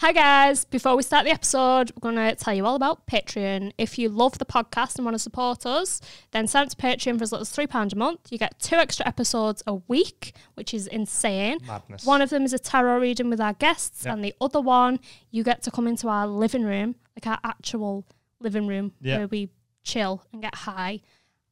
Hi, guys. Before we start the episode, we're going to tell you all about Patreon. If you love the podcast and want to support us, then sign up to Patreon for as little as £3 a month. You get two extra episodes a week, which is insane. Madness. One of them is a tarot reading with our guests, Yeah. and the other one, you get to come into our living room, like our actual living room, Yeah. where we chill and get high.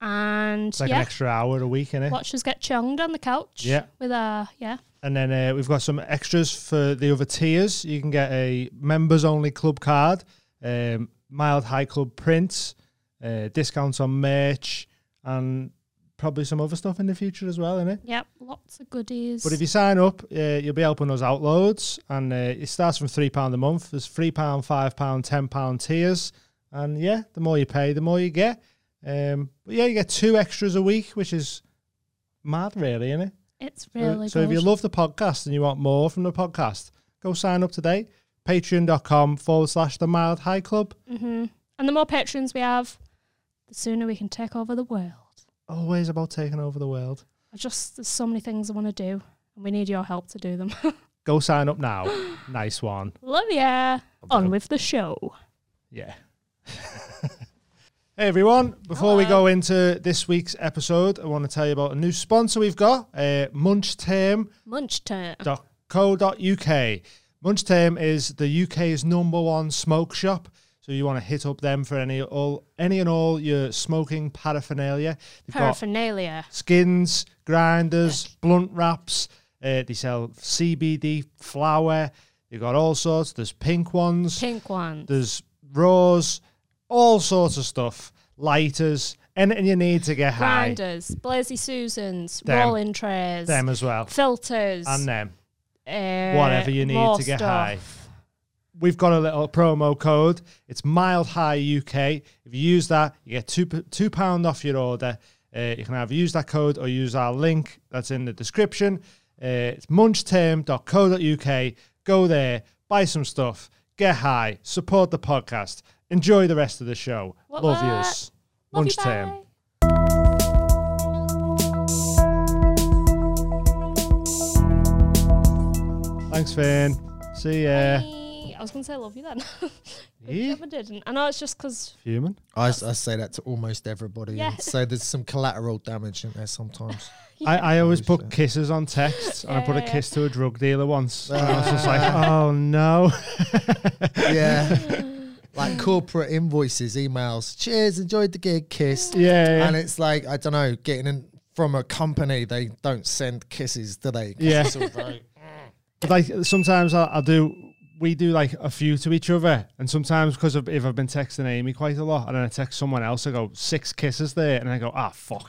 And It's like yeah, an extra hour a week, innit? watch us get chonged on the couch. Yeah. With our, yeah. And then uh, we've got some extras for the other tiers. You can get a members only club card, um, mild high club prints, uh, discounts on merch, and probably some other stuff in the future as well, innit? Yep. Lots of goodies. But if you sign up, uh, you'll be helping us out loads. And uh, it starts from £3 a month. There's £3, £5, £10 tiers. And yeah, the more you pay, the more you get. Um, but yeah, you get two extras a week, which is mad, really, isn't it? it's really Uh, so if you good. love the podcast and you want more from the podcast, go sign up today. Patreon.com forward slash the mild high club. hmm And the more patrons we have, the sooner we can take over the world. Always about taking over the world. I just, there's so many things I want to do, and we need your help to do them. Go sign up now. nice one. Love ya. On done. with the show. Yeah. hey everyone, before we Hello. go into this week's episode, I want to tell you about a new sponsor we've got, uh, munchtame.co.uk. Munch time. Munchtame is the UK's number one smoke shop. So you want to hit up them for any all any and all your smoking paraphernalia. They've got Paraphernalia. skins, grinders, blunt wraps. Uh, they sell CBD flower. They've got all sorts. There's pink ones. Pink one. There's raws, all sorts of stuff, lighters, anything you need to get high. Grinders. Blazy Susans. Them. Rolling trays. Them as well, Filters. and them. uh, whatever you need more to get stuff. high. We've got a little promo code. It's mild high UK. If you use that, you get two p- two pound off your order. Uh, you can either use that code or use our link that's in the description. Uh, it's munchterm.co.uk. Go there, buy some stuff, get high, support the podcast, enjoy the rest of the show. What, Love what? yous. Love you, Munchterm. bye. Thanks, Finn. See ya. Bye. I was going to say love you then. Good Yeah. job I didn't. I know it's just because Human. I, s- I say that to almost everybody. Yeah. So there's some collateral damage in there sometimes. I, I always Always put say. kisses on texts, and I put a Yeah. kiss to a drug dealer once. And I was just like, oh no. yeah. Like corporate invoices, emails. Cheers, enjoyed the gig, kiss. Yeah. And it's like, I don't know, getting in from a company, they don't send kisses, do they? 'Cause Yeah. it's all very- But like sometimes I'll, I'll do, we do like a few to each other, and sometimes because of, if I've been texting Amy quite a lot, and then I text someone else, I go six kisses there, and I go, ah fuck,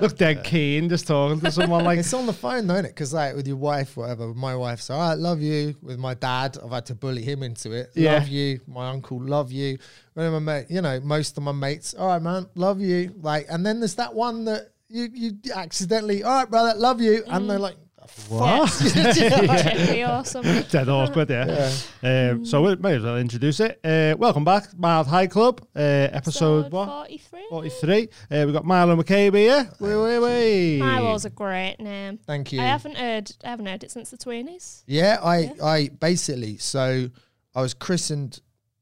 look dead keen just talking to someone like. It's on the phone, though, is it? Because like with your wife, whatever. with My wife's all right, love you. With my dad, I've had to bully him into it. Yeah. Love you. My uncle, love you. When my mate, you know, most of my mates, all right, man, love you. Like, and then there's that one that you you accidentally, all right, brother, love you, and they're like, What? Tiffany or something. Dead awkward, yeah. Um, so we may as well introduce it. Uh, welcome back, Mild High Club, uh, episode what? 43. 43. Uh, we've got Milo McCabe here. Wee, wee, wee. Milo's a great name. thank you. I haven't heard I haven't heard it since the twenties. Yeah, I, I basically, so I was christened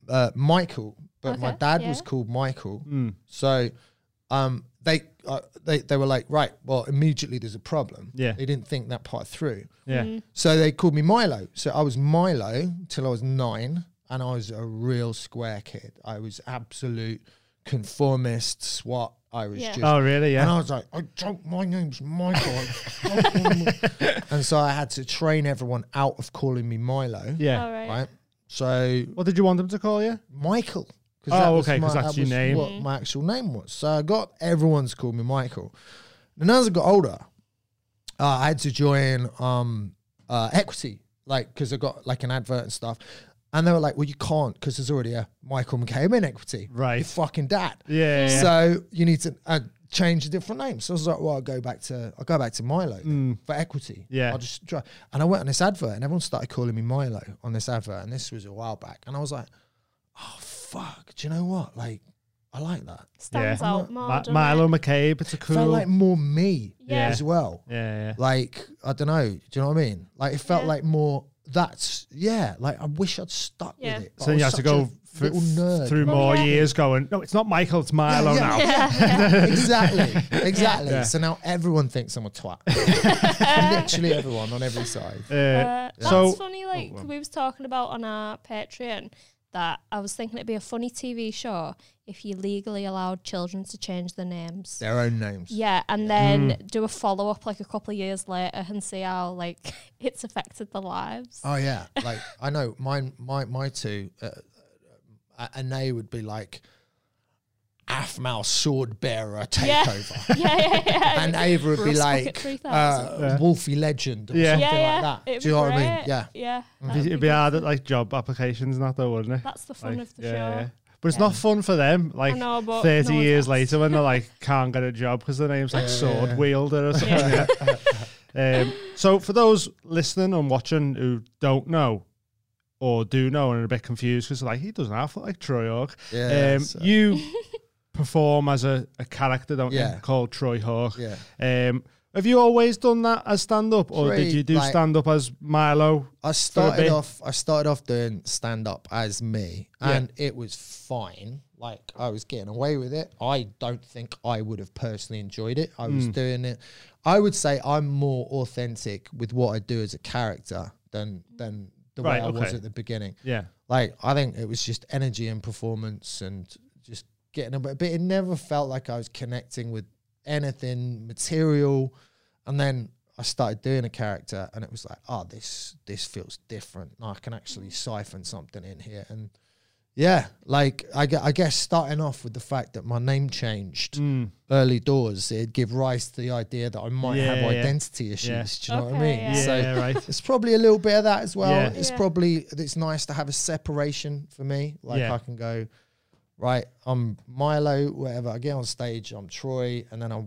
uh, Michael, but my Okay, dad was yeah. called Michael. Hmm. So um, they, uh, they, they were like, right, well, immediately there's a problem. Yeah. They didn't think that part through. Yeah. Mm. So they called me Milo. So I was Milo till I was nine, and I was a real square kid. I was absolute conformist, SWAT. I was Yeah. just Oh, really? and I Yeah. was like, I don't, my name's Michael. I don't- and so I had to train everyone out of calling me Milo. Yeah. All right. Right. So What did you want them to call you? Michael. Oh, was okay, 'cause my- that's that your was name. What my actual name was. So I got everyone's called me Michael. And as I got older, uh, I had to join um, uh, Equity, like because I got like an advert and stuff. And they were like, "Well, you can't because there's already a Michael McCabe in Equity, Right. Your fucking dad. Yeah. yeah. So you need to uh, change a different name. So I was like, well, I'll go back to I'll go back to Milo then for equity. Mm. Yeah. I'll just try. And I went on this advert, and everyone started calling me Milo on this advert, and this was a while back. And I was like, oh fuck, do you know what? Like, I like that. Stands Yeah. out more. Mi- doesn't Milo it? McCabe. It's a cool. Felt like more me Yeah. as well. yeah. yeah. Like I don't know, do you know what I mean? Like it felt Yeah. like more that's yeah. Like I wish I'd stuck Yeah. with it. but So I you have was to such a go f- little nerd. through Well, more yeah. years going, no, it's not Michael, it's Milo yeah. now. exactly, exactly. Yeah. So now everyone thinks I'm a twat. Literally everyone on every side. Uh, Uh, that's So- funny. Like well. we was talking about on our Patreon that I was thinking it'd be a funny TV show if you legally allowed children to change their names. Their own names. Yeah, and then do a follow up like a couple of years later and see how like it's affected their lives. Oh yeah, like I know mine. My my two, uh, uh, an A would be like Afmal sword bearer Yeah. takeover, yeah, yeah, yeah. and Ava would be Bruce Bucket like 3000. uh, Yeah. Wolfie legend or Yeah. something yeah, yeah. like that. it'd Do be you know what I mean? great. Yeah. Mm. yeah. that'd it'd be good. hard at like job applications and that though, wouldn't it? That's the fun Like, of the show. But it's not fun for them. Like know, but thirty no one years asks. later, when they're like can't get a job because their name's like sword wielder or something. Yeah. Um, so for those listening and watching who don't know or do know and are a bit confused because like he doesn't have like Troy Hawk. Yeah, um, so- You perform as a, a character, don't Yeah. you? Called Troy Hawk. Yeah. Um, have you always done that as stand up, or Three, did you do like- stand up as Milo? I started bit. off. I started off doing stand up as me, and it was fine. Like I was getting away with it. I don't think I would have personally enjoyed it. I Hmm. was doing it. I would say I'm more authentic with what I do as a character than than the Right, way I was okay. at the beginning. Yeah. Like I think it was just energy and performance and just getting a bit. But it never felt like I was connecting with anything material. And then I started doing a character, and it was like, oh, this this feels different. I can actually siphon something in here. And yeah, like I, gue- I guess starting off with the fact that my name changed Mm. early doors, it'd give rise to the idea that I might have Yeah, yeah. identity issues. Do you know what I Okay, mean? yeah. So- Yeah, right. it's probably a little bit of that as well. Yeah. It's Yeah. probably it's nice to have a separation for me. Like Yeah. I can go, right, I'm Milo, whatever. I get on stage, I'm Troy, and then I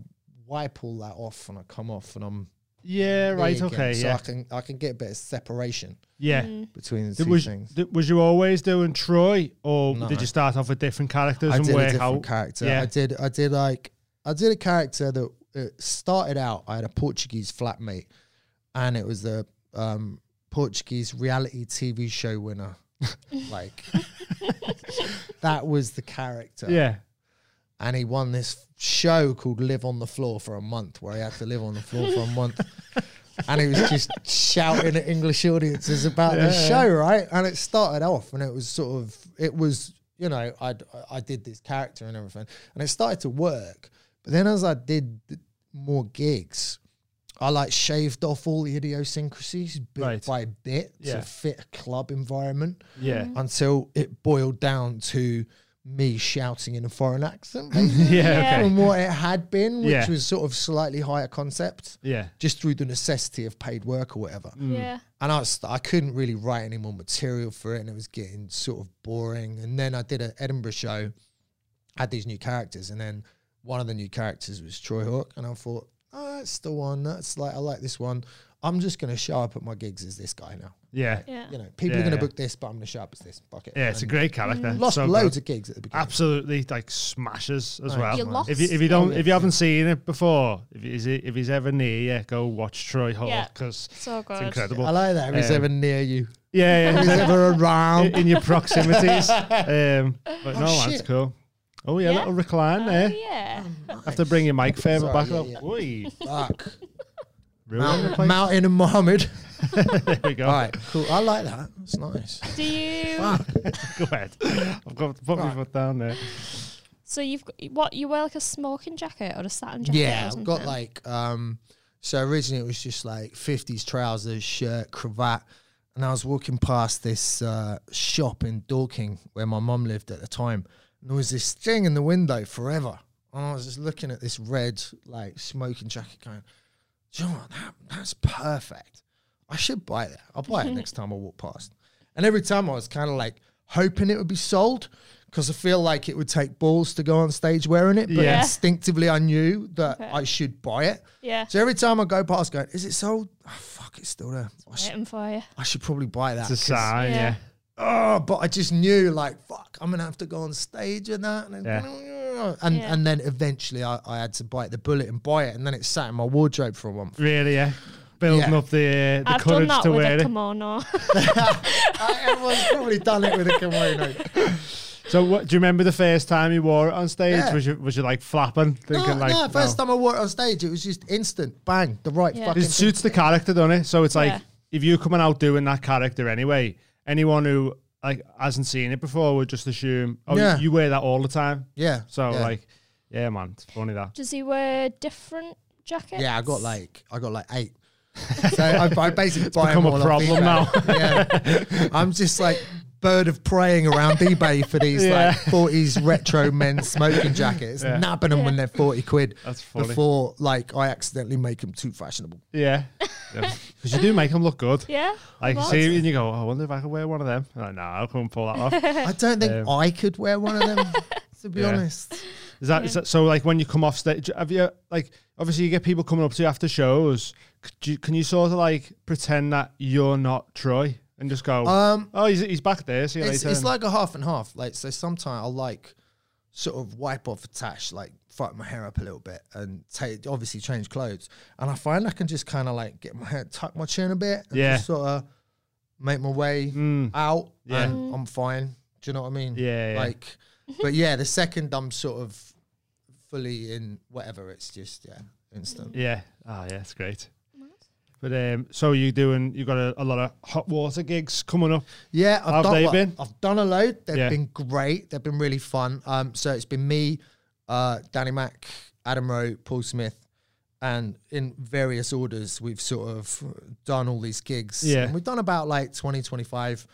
wipe all that off and I come off and I'm Yeah, me right. again. Okay. So I Yeah. can I can get a bit of separation Yeah. Mm. between the Did- two was, things. did- was you always doing Troy, or No. did you start off with different characters I and did a work different out? character. Yeah. I did. I did like. I did a character that uh, started out. I had a Portuguese flatmate, and it was a um, Portuguese reality TV show winner. like that was the character. yeah. And he won this show called Live on the Floor for a month, where he had to live on the floor for a month. And he was just shouting at English audiences about the Yeah. show, right? And it started off, and it was sort of, it was, you know, I I did this character and everything, and it started to work. But then as I did th- more gigs, I like shaved off all the idiosyncrasies bit Right. by bit Yeah. to fit a club environment Yeah. Mm. until it boiled down to me shouting in a foreign accent basically, Yeah. Yeah. Okay. from what it had been, which Yeah. was sort of slightly higher concept, Yeah. just through the necessity of paid work or whatever. Mm. Yeah. And I was, I couldn't really write any more material for it, and it was getting sort of boring. And then I did an Edinburgh show, had these new characters, and then one of the new characters was Troy Hawk, and I thought, oh, that's the one. That's like I like this one. I'm just going to show up at my gigs as this guy now. Yeah. Yeah. You know, people are Yeah, going to yeah. book this, but I'm going to show up as this. Fuck it. Yeah. It's a And- great character. Mm. lost So good. loads of gigs at the beginning. Absolutely, like smashes as Right. well. You lost. If you if you don't yeah. if you haven't seen it before, if he's if he's ever near you, go watch Troy Hall Yeah. because So good. it's incredible. I like that. If he's Um, ever near you, Yeah, yeah, if he's exactly. ever around. in, in your proximities. um, but no, that's shit. cool. Oh yeah, Yeah. little recline Oh, there. yeah. Mm. Have to bring your mic further Sorry, back. yeah, up. yeah. Oi, Fuck. ruining the place. Mountain and Mohammed. There we go. All right, cool. I like that. It's nice. Do you? Go ahead. I've got to put my Right. foot down there. So you've got what you wear like a smoking jacket or a satin jacket? or Yeah, I've got something? like um. So originally it was just like fifties trousers, shirt, cravat, and I was walking past this uh, shop in Dorking where my mum lived at the time, and there was this thing in the window forever, and I was just looking at this red like smoking jacket, going, "Do you know what? That, that's perfect. I should buy that. I'll buy it next time I walk past." And every time I was kind of like hoping it would be sold. Because I feel like it would take balls to go on stage wearing it, but Yeah. instinctively I knew that Okay. I should buy it. yeah. So every time I go past, going, is it sold? Oh, fuck, it's still there. I, sh- Waiting for you. I should probably buy that. It's a 'cause- sign, Yeah. Ah, yeah. Oh, but I just knew, like, fuck, I'm gonna have to go on stage with that, and then, and, Yeah. and then eventually I, I had to bite the bullet and buy it, and then it sat in my wardrobe for a month. Really, yeah. building Yeah. up the, the I've courage done that to with wear a it. kimono. Uh, everyone's probably done it with a kimono. So, what, do you remember the first time you wore it on stage? Yeah. Was you was you like flapping, no, thinking like, no, first time I wore it on stage, it was just instant, bang, the right Yeah. fucking. It thing. suits the character, doesn't it? So it's like Yeah. if you're coming out doing that character anyway, anyone who like hasn't seen it before would just assume, oh, Yeah. you wear that all the time. Yeah. So yeah. like, yeah, man, it's funny that. Does he wear different jackets? Yeah, I got like I got like eight. So I, I basically it's become a problem now. yeah, I'm just like bird of preying around eBay for these Yeah. like 40s retro men smoking jackets, nabbing them when they're 40 quid. That's funny. Before like I accidentally make them too fashionable. Yeah, because you do make them look good. Yeah. Like you What? see, it and you go, "Oh, I wonder if I can wear one of them. I'm like, nah, I couldn't pull that off. I don't think Um, I could wear one of them. To be Yeah. honest, Is that, is that so? Like when you come off stage, have you like obviously you get people coming up to you after shows? C- do you- can you sort of like pretend that you're not Troy and just go, um, oh, he's, he's back there. See you it's, later. it's and- like a half and half. Like so, sometimes I'll like sort of wipe off a tash, like frighten my hair up a little bit, and take obviously change clothes. And I find I can just kind of like get my hair, tuck my chin a bit, and Yeah. just sort of make my way Mm. out, Yeah. and I'm fine. Do you know what I mean? Yeah, yeah. Like, but yeah, the second I'm sort of fully in whatever, it's just yeah, instant. Yeah. Oh, yeah, it's great. But um, so you doing? You got a, a lot of hot water gigs coming up. Yeah, I've How've done, they well, been? I've done a load. They've Yeah. been great. They've been really fun. Um, so it's been me, uh, Danny Mack, Adam Rowe, Paul Smith, and in various orders, we've sort of done all these gigs. Yeah. And we've done about like 20, 25.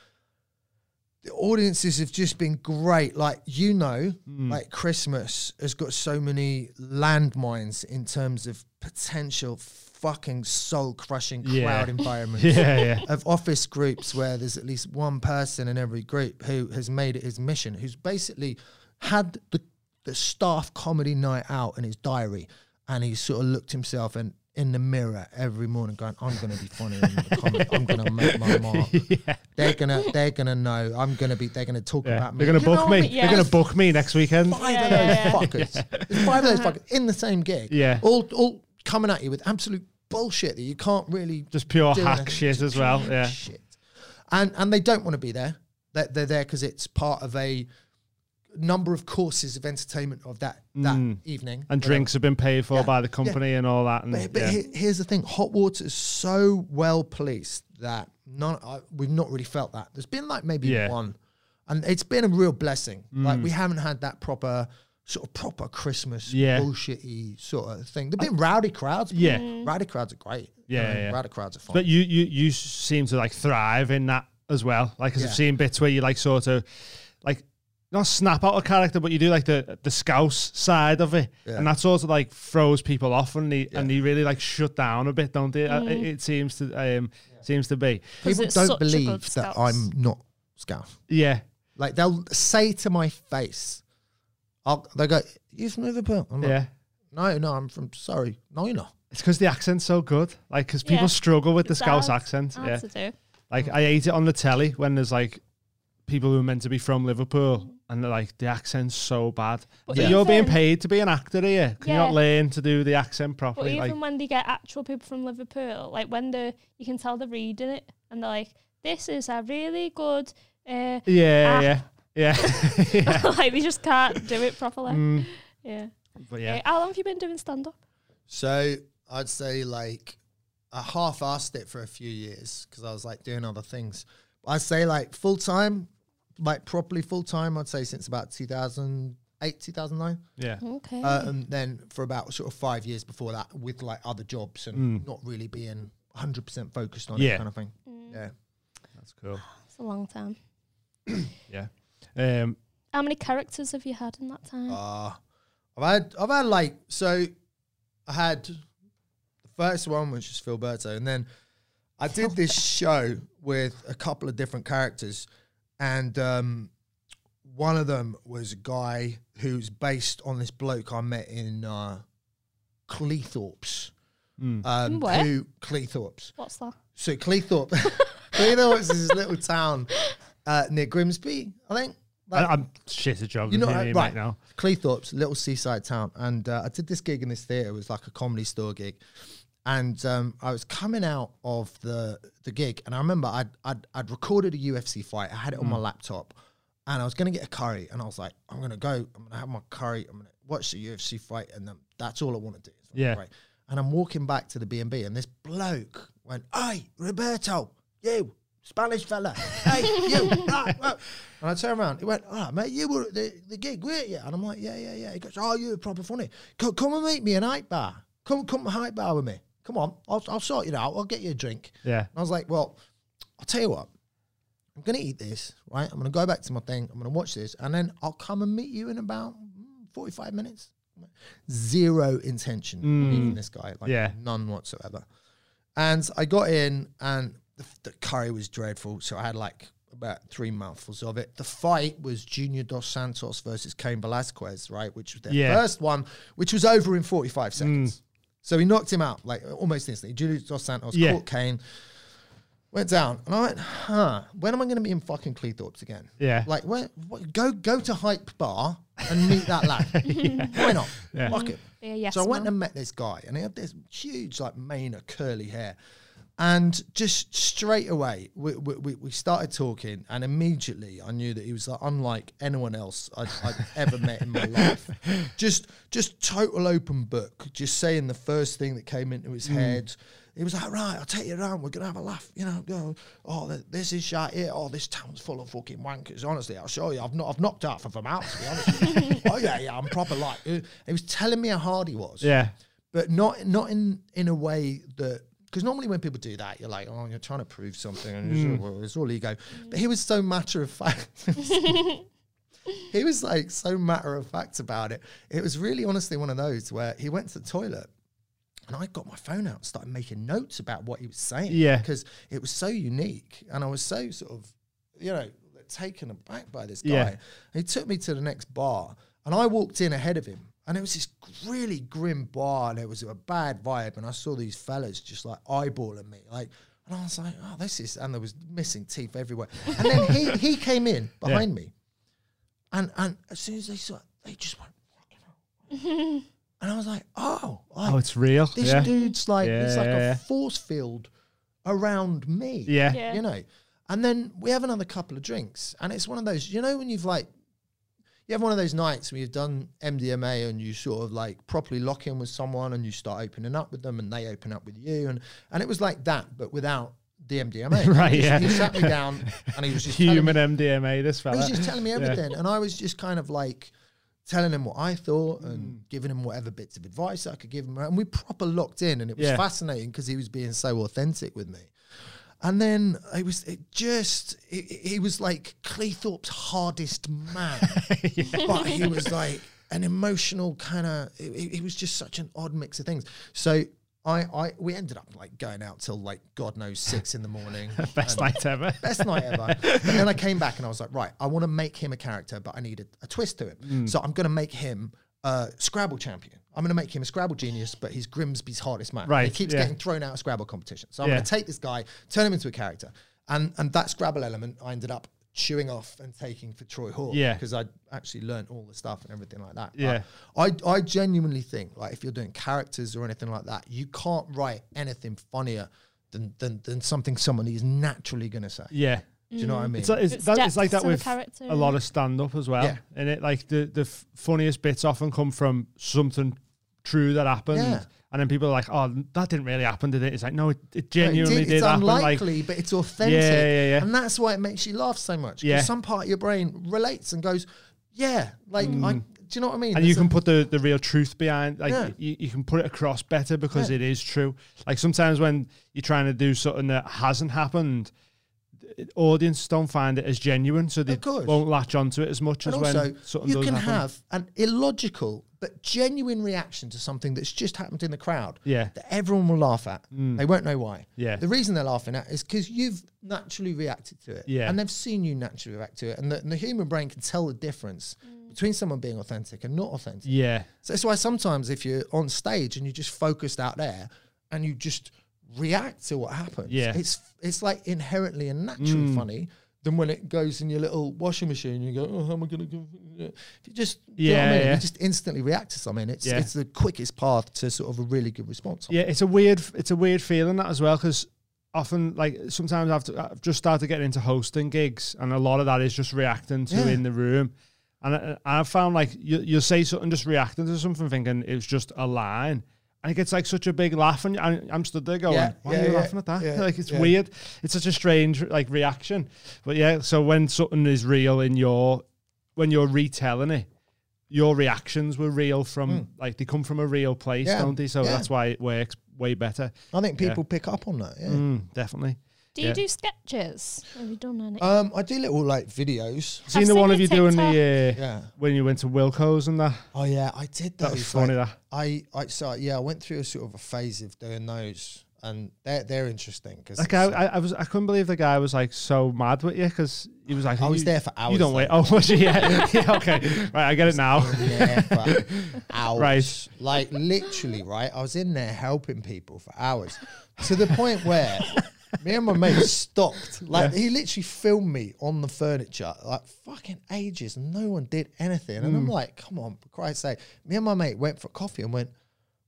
The audiences have just been great. Like, you know, Hmm. like Christmas has got so many landmines in terms of potential fucking soul crushing crowd Yeah. environments Yeah, yeah, of office groups where there's at least one person in every group who has made it his mission, who's basically had the, the staff comedy night out in his diary, and he sort of looked himself in, in the mirror every morning, going, "I'm going to be funny. in the comedy. I'm going to make my mark. They're gonna they're gonna know. I'm going to be. They're going to talk yeah. about me. They're gonna You book know, me. yeah. They're gonna book me next weekend. five Yeah, of yeah, those yeah. fuckers. There's five of those fuckers in the same gig. Yeah. all all coming at you with absolute bullshit that you can't really Just pure doing hack it. shit as well. Yeah, shit. And and they don't want to be there. They're, they're there because it's part of a number of courses of entertainment of that that evening. Mm. and But, um, drinks have been paid for Yeah, by the company and all that. And But, but yeah. he- here's the thing: hot water is so well policed that none. I, we've not really felt that. There's been like maybe Yeah. Mm. one, and it's been a real blessing. Like we haven't had that proper. Sort of proper Christmas Yeah. Uh, bullshitty sort of thing. There've been rowdy crowds. but Yeah. rowdy crowds are great. Yeah, I mean, yeah. rowdy crowds are fun. But you, you, you seem to like thrive in that as well. Like, i Yeah. I've seen bits where you like sort of like not snap out a character, but you do like the the scouse side of it, Yeah. and that sort of like throws people off, and they and they really like shut down a bit, don't they? Mm. Uh, It, it seems to um seems to be Because People it's don't such a good believe that scout. I'm not Scout. yeah Like they'll say to my face, I'll, they go, "You're from Liverpool." I'm like, yeah. No, no, I'm from Surrey. No, you're not. It's because the accent's so good, like because people Yeah. struggle with the It's Scouse hard- accent. hard Yeah, to do. like I hate it on the telly when there's like people who are meant to be from Liverpool and they're like the accent's so bad. But But You're being even- paid to be an actor here. Can you Yeah. not learn to do the accent But properly? even Like, when they get actual people from Liverpool, like when they're, you can tell they're reading it and they're like, this is a really good, uh, yeah, Ah. yeah, yeah, yeah. like they just can't do it properly. Mm, Yeah. but yeah. yeah, how long have you been doing stand up? So I'd say like I half-assed it for a few years because I was like doing other things. I'd say like full time, like properly full time. I'd say since about 2008, 2009. yeah, Okay. Uh, and then for about sort of five years before that, with like other jobs and not really being 100% focused on Mm. Yeah. it, kind of thing. Mm. Yeah. that's cool. it's a long time. Yeah. Um, How many characters have you had in that time? Uh, I've had I've had like so I had the first one which is Filberto and then I did this show with a couple of different characters and um one of them was a guy who's based on this bloke I met in uh Cleethorpes. Hmm. Um, Where? who Cleethorpes. What's that? So Cleethorpe Cleethorpes is this little town uh, near Grimsby, I think. I, Like- I'm shit at geography you know, right, right, right now. Cleethorpes, little seaside town, and uh, I did this gig in this theatre. It was like a comedy store gig, and um, I was coming out of the the gig, and I remember I'd I'd, I'd recorded a UFC fight. I had it on Mm. my laptop, and I was gonna get a curry, and I was like, I'm gonna go, I'm gonna have my curry, I'm gonna watch the UFC fight, and then that's all I want to do. It's like, Yeah. right. And I'm walking back to the B and B, and this bloke went, "Hey, Roberto, you." Spanish fella, hey you! ah, ah." And I turn around. He went, "Ah, mate, you were at the, the gig, weren't you?" And I'm like, "Yeah, yeah, yeah." He goes, "Oh, you're proper funny. Come, come and meet me in Hype Bar. Come, come to Hype Bar with me. Come on, I'll, I'll sort you out. I'll get you a drink." Yeah. And I was like, well, I'll tell you what. I'm going to eat this, right? I'm going to go back to my thing. I'm going to watch this. And then I'll come and meet you in about mm, 45 minutes. Zero intention of meeting this guy. Mm. Like, Yeah. none whatsoever. And I got in, and the, the curry was dreadful. So I had like about three mouthfuls of it. The fight was Junior Dos Santos versus Cain Velasquez, right? Which was their Yeah. Mm. first one, which was over in 45 seconds. So he knocked him out like almost instantly. Junior Dos Santos Yeah. caught Kane, went down, and I went, huh, when am I going to be in fucking Cleethorpes again? Yeah. Like, where, what, go go to Hype Bar and meet that lad. Why not? Fuck it. Be a yes so I went man. and met this guy, and he had this huge, like, mane of curly hair. And just straight away, we, we, we- we started talking, and immediately I knew that he was like, unlike anyone else I'd, I'd ever met in my life. Just, just total open book, just saying the first thing that came into his head. He was like, right, I'll take you around. We're gonna have a laugh, you know. go, Oh, th- this is shit here. Oh, this town's full of fucking wankers. Honestly, I'll show you. I've not, I've knocked half of them out. To be honest. with you. oh yeah, yeah. I'm proper like. uh, He was telling me how hard he was Yeah. but not not in in a way that because normally when people do that, you're like, oh, you're trying to prove something, and it's, all, well, it's all ego. But he was so matter of fact. he was like so matter of fact about it. It was really honestly one of those where he went to the toilet. And I got my phone out and started making notes about what he was saying. Yeah. Because it was so unique. And I was so sort of, you know, taken aback by this guy. Yeah. He took me to the next bar, and I walked in ahead of him. And it was this really grim bar, and it was a bad vibe. And I saw these fellas just like eyeballing me, like, and I was like, "Oh, this is." And there was missing teeth everywhere. And then he he came in behind me, and and as soon as they saw, it, they just went, and I was like, "Oh, like, Oh, it's real. this yeah. dude's like, it's Yeah, like yeah, yeah. a force field around me." yeah. Yeah. you know. And then we have another couple of drinks, and it's one of those, you know, when you've like, you have one of those nights where you've done MDMA and you sort of like properly lock in with someone, and you start opening up with them, and they open up with you, and and it was like that, but without the MDMA. Right, He, just- yeah. He sat me down, and he was just telling me- Human MDMA, this fella. he was just telling me Yeah. everything, and I was just kind of like telling him what I thought Hmm. and giving him whatever bits of advice I could give him. And we proper locked in, and it was Yeah. fascinating because he was being so authentic with me. And then it was it just he- he was like Cleethorpe's hardest man, but he was like an emotional kind of. It, it was just such an odd mix of things. So. I, I we ended up like going out till like God knows six in the morning. Best night ever. Best night ever. But then I came back and I was like, right, I want to make him a character, but I need a, a twist to him. Mm. So I'm going to make him a Scrabble champion. I'm going to make him a Scrabble genius, but he's Grimsby's hardest man. Right, He keeps yeah. getting thrown out of Scrabble competition. So I'm Yeah. going to take this guy, turn him into a character. And, and that Scrabble element I ended up chewing off and taking for Troy Hall Yeah. because I actually learned all the stuff and everything like that. But Yeah. I, I genuinely think like if you're doing characters or anything like that, you can't write anything funnier than than, than something someone is naturally going to say. Yeah. Do you know what I mean? Mm. It's, like- it's, It's that, it's like depth to that the with character, a lot of stand up as well. Yeah. And it like the, the f- funniest bits often come from something true that happened. Yeah. And then people are like, oh, that didn't really happen, did it? It's like, no, it, it genuinely it's did happen. Like, unlikely, but it's authentic, Yeah, yeah, yeah. and that's why it makes you laugh so much. 'cause Yeah. some part of your brain relates and goes, "Yeah, like, I, do you know what I mean?" Mm. and you There's can a- put the, the real truth behind like Yeah. you, you can put it across better because it is true like sometimes when you're trying to do something that hasn't happened the audience don't find it as genuine so they Of course. won't latch onto it as much and as also, when something you does can happen have an illogical but genuine reaction to something that's just happened in the crowd. Yeah. Mm. that everyone will laugh at. They won't know why. Yeah. the reason they're laughing at is because you've naturally reacted to it. Yeah. and they've seen you naturally react to it, and the, and the human brain can tell the difference between someone being authentic and not authentic. yeah So that's why sometimes if you're on stage and you're just focused out there and you just react to what happens, Yeah. Mm. it's it's like inherently and naturally funny than when it goes in your little washing machine. You go, oh, how am I going to? You just yeah, Yeah, I mean? yeah. you just instantly react to something. It's Yeah. it's the quickest path to sort of a really good response. Yeah, it's a weird, it's a weird feeling that as well because often, like sometimes I've, I've just started getting into hosting gigs, and a lot of that is just reacting to Yeah. in the room. And I, I've found like you, you'll say something, just reacting to something, thinking it's just a line. And it gets like such a big laugh, and I- I'm stood there going, Yeah, "Why yeah, are you yeah, laughing at that?" yeah, like it's yeah. weird. It's such a strange like reaction. But yeah, so when something is real in your, when you're retelling it, your reactions were real from like they come from a real place, Hmm. Yeah, don't they? So yeah. that's why it works way better. I think Yeah. people pick up on that. Yeah. Mm, definitely. Do you Yeah. do sketches? Have you done any? Um, I do little like videos. Seen I've the seen one your of you doing TikTok. the uh, Yeah. when you went to Wilco's and that. Oh yeah, I did those. That was funny. like, That I I so yeah, I went through a sort of a phase of doing those, and they're they're interesting because that guy, I, I was, I couldn't believe the guy was like so mad with you because he was like, I was "You- there for hours. You don't though. wait. Oh, was he? Yeah. Yeah, Okay. Right. I get it now. there for hours. Right. Like literally, right? I was in there helping people for hours to the point where me and my mate stopped. Like he literally filmed me on the furniture like fucking ages and no one did anything. And Mm. I'm like, come on, for Christ's sake. Me and my mate went for coffee and went,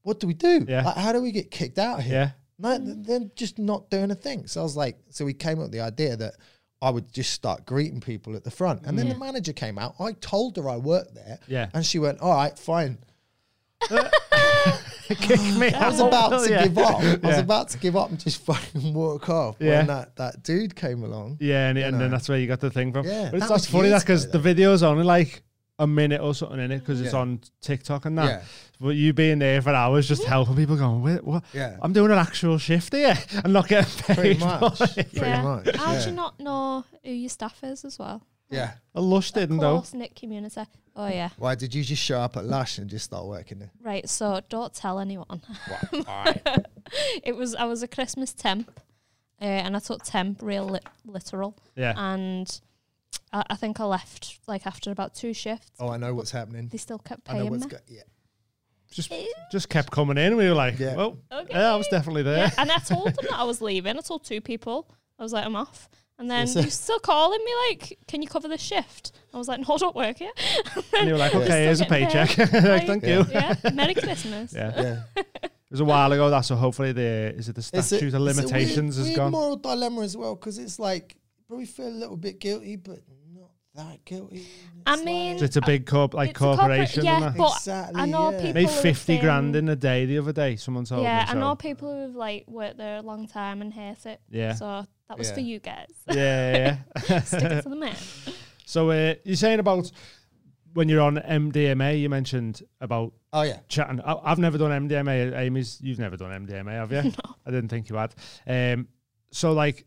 what do we do? Yeah. Like, how do we get kicked out of here? Yeah. No, th- Mm. they're just not doing a thing. So I was like, so we came up with the idea that I would just start greeting people at the front. And then the manager came out. I told her I worked there. Mm. Yeah. And she went, all right, fine. Kick me. I was about to Oh, yeah. give up. I was Yeah. about to give up and just fucking walk off Yeah. when that, that dude came along. Yeah, and, and then that's where you got the thing from. but Yeah, it's that that's was funny that years because ago, the video's only like a minute or something in it because it's Yeah. on TikTok and that. Yeah. But you being there for hours just helping people going, Wait, what? Yeah. I'm doing an actual shift here and not getting paid. Pretty for much. it." Pretty much. How Yeah. do you not know who your staff is as well? yeah. I lush didn't though. Close knit community. Oh yeah. Why did you just show up at Lush and just start working there? Right. So don't tell anyone. Wow. All right. it was I was a Christmas temp, uh, and I took temp real li- literal, Yeah. and I, I think I left like after about two shifts. Oh, I know what's happening. They still kept I know paying what's me. go- yeah. Just just kept coming in. We were like, Yeah. well, Okay. yeah, I was definitely there. Yeah, and I told them that I was leaving. I told two people. I was like, I'm off. And then Yes. you're still calling me like, can you cover this shift? I was like, no, I don't work here. And you were like, Yeah. okay, here's a Still getting paycheck. Like, Thank you. Yeah. Merry Christmas. Yeah. It Yeah. was a while ago that, so hopefully the is it the It's a- statute of it's a weird- limitations weird is gone. moral dilemma as well because it's like probably feel a little bit guilty, but not that guilty. I It's like- mean, It's a big corp like It's a corporate- corporation. yeah, and that. But exactly. I know yeah. people- Made who have 50 grand been- in a day the other day, someone told yeah, me. I so- know people who've like worked there a long time and hate it. Yeah. So that was for Yeah. you guys. Yeah, yeah, yeah. Stick it to the man. So uh, you're saying about when you're on MDMA, you mentioned about Oh yeah, chatting. I, I've never done MDMA. Amy's, you've never done MDMA, have you? I didn't think you had. Um, so like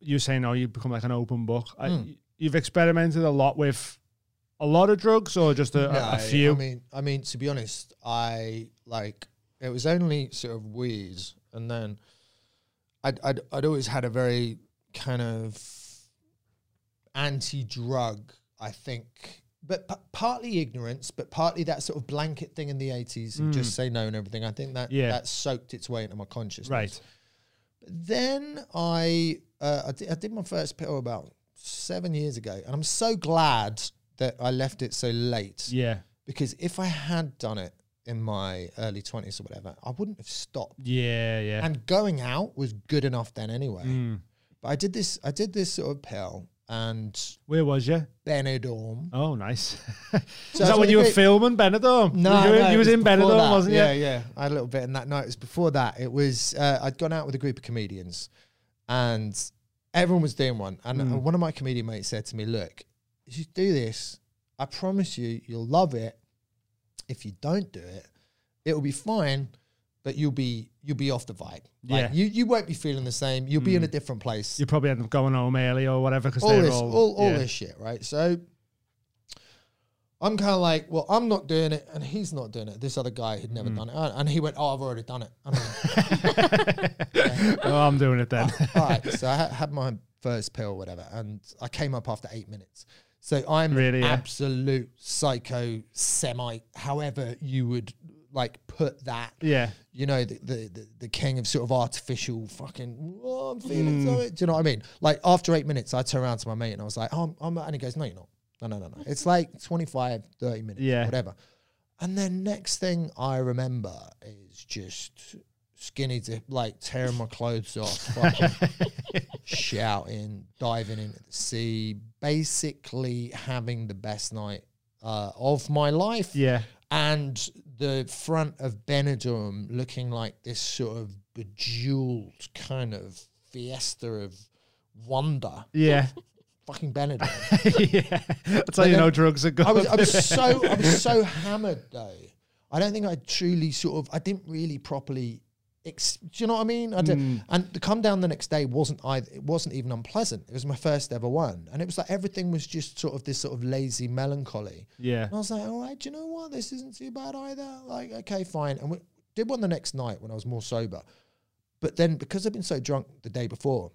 you're saying, oh, you become like an open book. Hmm. I, you've experimented a lot with a lot of drugs or just a, a- No, a few. I mean, I mean, to be honest, I like it was only sort of weird, and then I'd I'd, I'd always had a very kind of anti-drug, I think, but p- partly ignorance, but partly that sort of blanket thing in the eighties, and just say no and everything. I think that Mm. Yeah. that soaked its way into my consciousness, right. then I, uh, I, di- I did my first pill about seven years ago, and I'm so glad that I left it so late Yeah. because if I had done it in my early 20s or whatever, I wouldn't have stopped. Yeah, yeah. And going out was good enough then anyway. Mm. But I did this, I did this sort of pill and Where was you? Benidorm. Oh, nice. Is So that's that when when you were they- filming Benidorm? No, you, were- no, you it was, in before Benidorm, that. wasn't you? Yeah, yeah. I had a little bit in that night. It was before that. It was uh, I'd gone out with a group of comedians, and everyone was doing one. And Mm. uh, one of my comedian mates said to me, "Look, if you do this, I promise you, you'll love it. If you don't do it, it'll be fine, but you'll be you'll be off the vibe. Like, Yeah. Mm. you you won't be feeling the same. You'll be in a different place. You probably end up going home early or whatever because all they're this, all all, all, yeah. this shit, right? So I'm kind of like, well, I'm not doing it, and he's not doing it. This other guy had Mm. never done it, Uh, and he went, oh, I've already done it. I'm like, oh, I'm doing it then. all right. So I ha- had my first pill, or whatever, and I came up after eight minutes. So I'm Really, yeah. absolute psycho semite, however you would like put that Yeah. you know, the, the, the, the king of sort of artificial fucking, oh, I'm feeling something. Do you know what I mean? Like after eight minutes, I turn around to my mate and I was like, oh, I'm, I'm, and he goes, no, you're not. No, no, no, no. It's like 25, 30 minutes, Yeah. whatever. And then next thing I remember is just skinny dip, like tearing my clothes off, fucking shouting, diving into the sea, basically having the best night uh, of my life Yeah. and the front of Benidorm looking like this sort of bejeweled kind of fiesta of wonder. Yeah. Fucking Benidorm. yeah. That's how you then- know drugs are good. I was, I was so I was so hammered though. I don't think I truly sort of I didn't really properly. Ex- do you know what I mean? I did, And the come down the next day wasn't either. It wasn't even unpleasant. It was my first ever one, and it was like everything was just sort of this sort of lazy melancholy. yeah. And I was like, all right, do you know what? This isn't too bad either. Like, okay, fine. And we did one the next night when I was more sober. But then because I'd been so drunk the day before,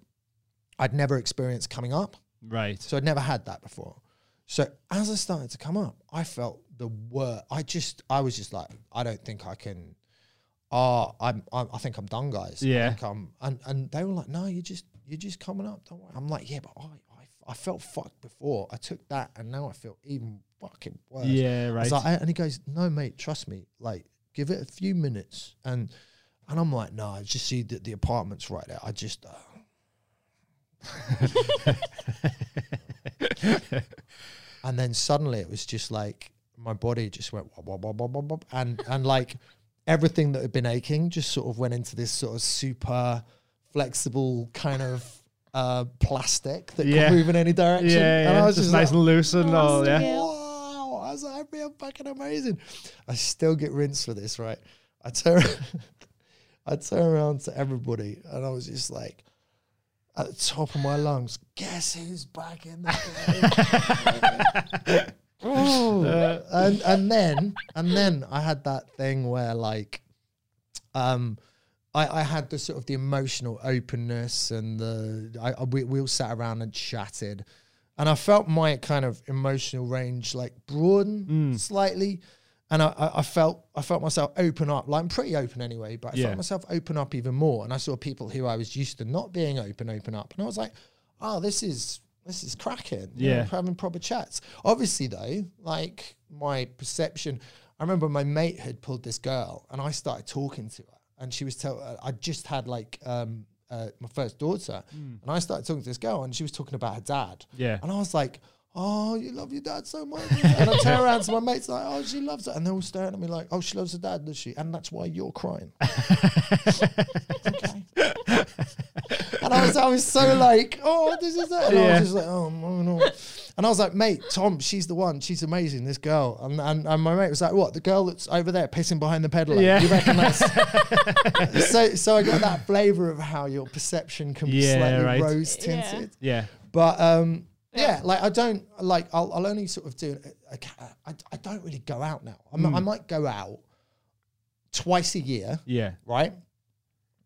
I'd never experienced coming up. Right. So I'd never had that before. So as I started to come up, I felt the worst. I just, I was just like, I don't think I can. Ah, I'm, I'm. I think I'm done, guys. I Yeah. think I'm- and and they were like, no, you just, you're just coming up. Don't worry. I'm like, yeah, but I, I, I felt fucked before. I took that, and now I feel even fucking worse. Yeah, I was right. like, and he goes, no, mate, trust me. Like, give it a few minutes. And and I'm like, no, I just see that the apartment's right there. I just, uh, and then suddenly it was just like my body just went wop, wop, wop, wop, wop, wop, and and like everything that had been aching just sort of went into this sort of super flexible kind of uh, plastic that Yeah. can move in any direction. Yeah, and yeah. It's just nice like, "Oh, and loose and all, yeah. Yeah. Wow. I was like, I feel fucking amazing. I still get rinsed for this, right? I turn I turn around to everybody and I was just like at the top of my lungs, guess who's back in the game? Ooh. Uh, and and then and then I had that thing where like um I, I had the sort of the emotional openness and the I, I- we, we all sat around and chatted and I felt my kind of emotional range like Mm. broaden slightly and I, I, I felt I felt myself open up like I'm pretty open anyway but I Yeah. felt myself open up even more and I saw people who I was used to not being open open up and I was like oh this is this is cracking you know, Yeah. having proper chats obviously though like my perception I remember my mate had pulled this girl and I started talking to her and she was telling I just had like um, uh, my first daughter and I started talking to this girl and she was talking about her dad Hmm. Yeah. and I was like, oh, you love your dad so much. and I turn around to my mates like, oh, she loves it. And they're all staring at me like, oh, she loves her dad, does she? And that's why you're crying. okay. And I was, I was so like, oh, this is it. And I Yeah. was just like, oh, no, no. And I was like, mate, Tom, she's the one. She's amazing, this girl. And, and, and my mate was like, what, the girl that's over there pissing behind the pedal? Yeah. You reckon that's... so, so I got that flavour of how your perception can be Yeah, slightly right. rose-tinted. Yeah. Yeah. But um, yeah. Yeah. like I don't like I'll, I'll only sort of do. I, I, I don't really go out now. I'm, Hmm. I might go out twice a year, Yeah. right?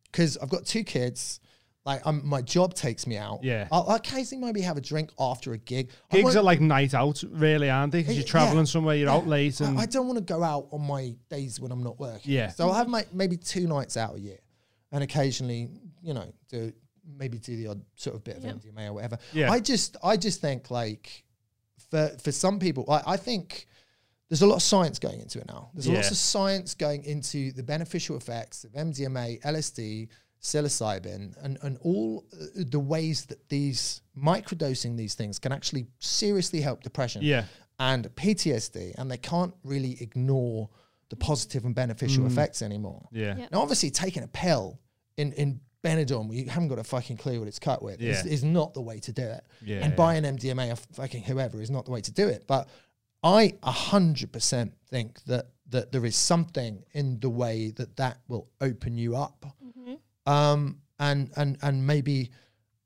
Because I've got two kids. Like I'm, my job takes me out. Yeah. I'll, I'll occasionally maybe have a drink after a gig. I Gigs won't- are like night out, really, aren't they? Because Yeah. you're traveling somewhere, you're out late, and I, I don't want to go out on my days when I'm not working. Yeah. So I'll have my, maybe two nights out a year, and occasionally, you know, do maybe do the odd sort of bit of MDMA or whatever. Yeah. I just I just think like for for some people, I, I think there's a lot of science going into it now. There's lots Yeah. of science going into the beneficial effects of MDMA, LSD, psilocybin, and, and all uh, the ways that these microdosing these things can actually seriously help depression Yeah. and PTSD, and they can't really ignore the positive and beneficial effects anymore. yeah. Yeah. Now, obviously, taking a pill in in Benidorm, where you haven't got a fucking clue what it's cut with, is, Yeah. is not the way to do it. Yeah, And yeah. buying MDMA or fucking whoever is not the way to do it. But I a hundred percent think that that there is something in the way that that will open you up, Mm-hmm. um, and and and maybe.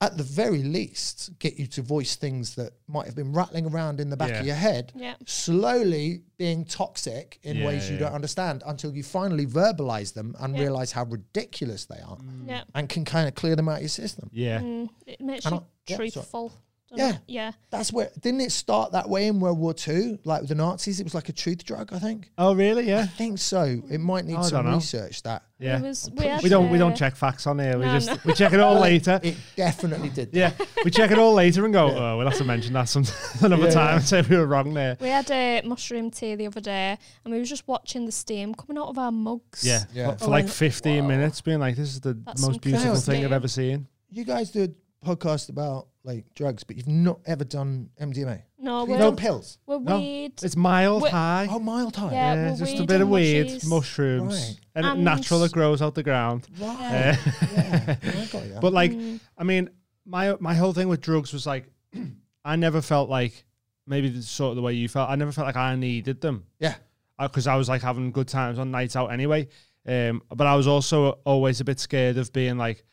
At the very least, get you to voice things that might have been rattling around in the back Yeah. of your head, Yeah. slowly being toxic in Yeah, ways you yeah. don't understand until you finally verbalize them and Yeah. realize how ridiculous they are Yeah. Mm. and can kind of clear them out of your system. Yeah. Mm, it makes And you I- yeah, sorry. truthful. don't it? Yeah. Yeah. That's where didn't it start that way in World War Two, like with the Nazis? It was like a truth drug, I think. Oh, really? Yeah. I think so. It might need I some dunno. research. That It Yeah. was, we, had, We don't we uh, don't check facts on here. We No, just no. we check it all later. it definitely did. Yeah, we check it all later and go. Oh, we'll have to mention that some another Yeah. time. and Say we were wrong there. We had a mushroom tea the other day, and we were just watching the steam coming out of our mugs. Yeah, Yeah. For, for Oh, like and- 15 Wow. minutes, being like, this is the That's some most beautiful chaos, thing I've mate. ever seen. You guys do a podcast about like drugs, but you've not ever done MDMA. No, Have you we're, done pills? we're No. weed. It's mild, Wh- high. Oh, mild high. Yeah. yeah, well, just a weed bit and of weed, mushies. mushrooms, and, And- natural that grows out the ground. Wow. Yeah. yeah. I got you. But like, Mm. I mean, my my whole thing with drugs was like, I never felt like maybe the sort of the way you felt. I never felt like I needed them. Yeah. because uh, I was like having good times on nights out anyway. Um, but I was also always a bit scared of being like,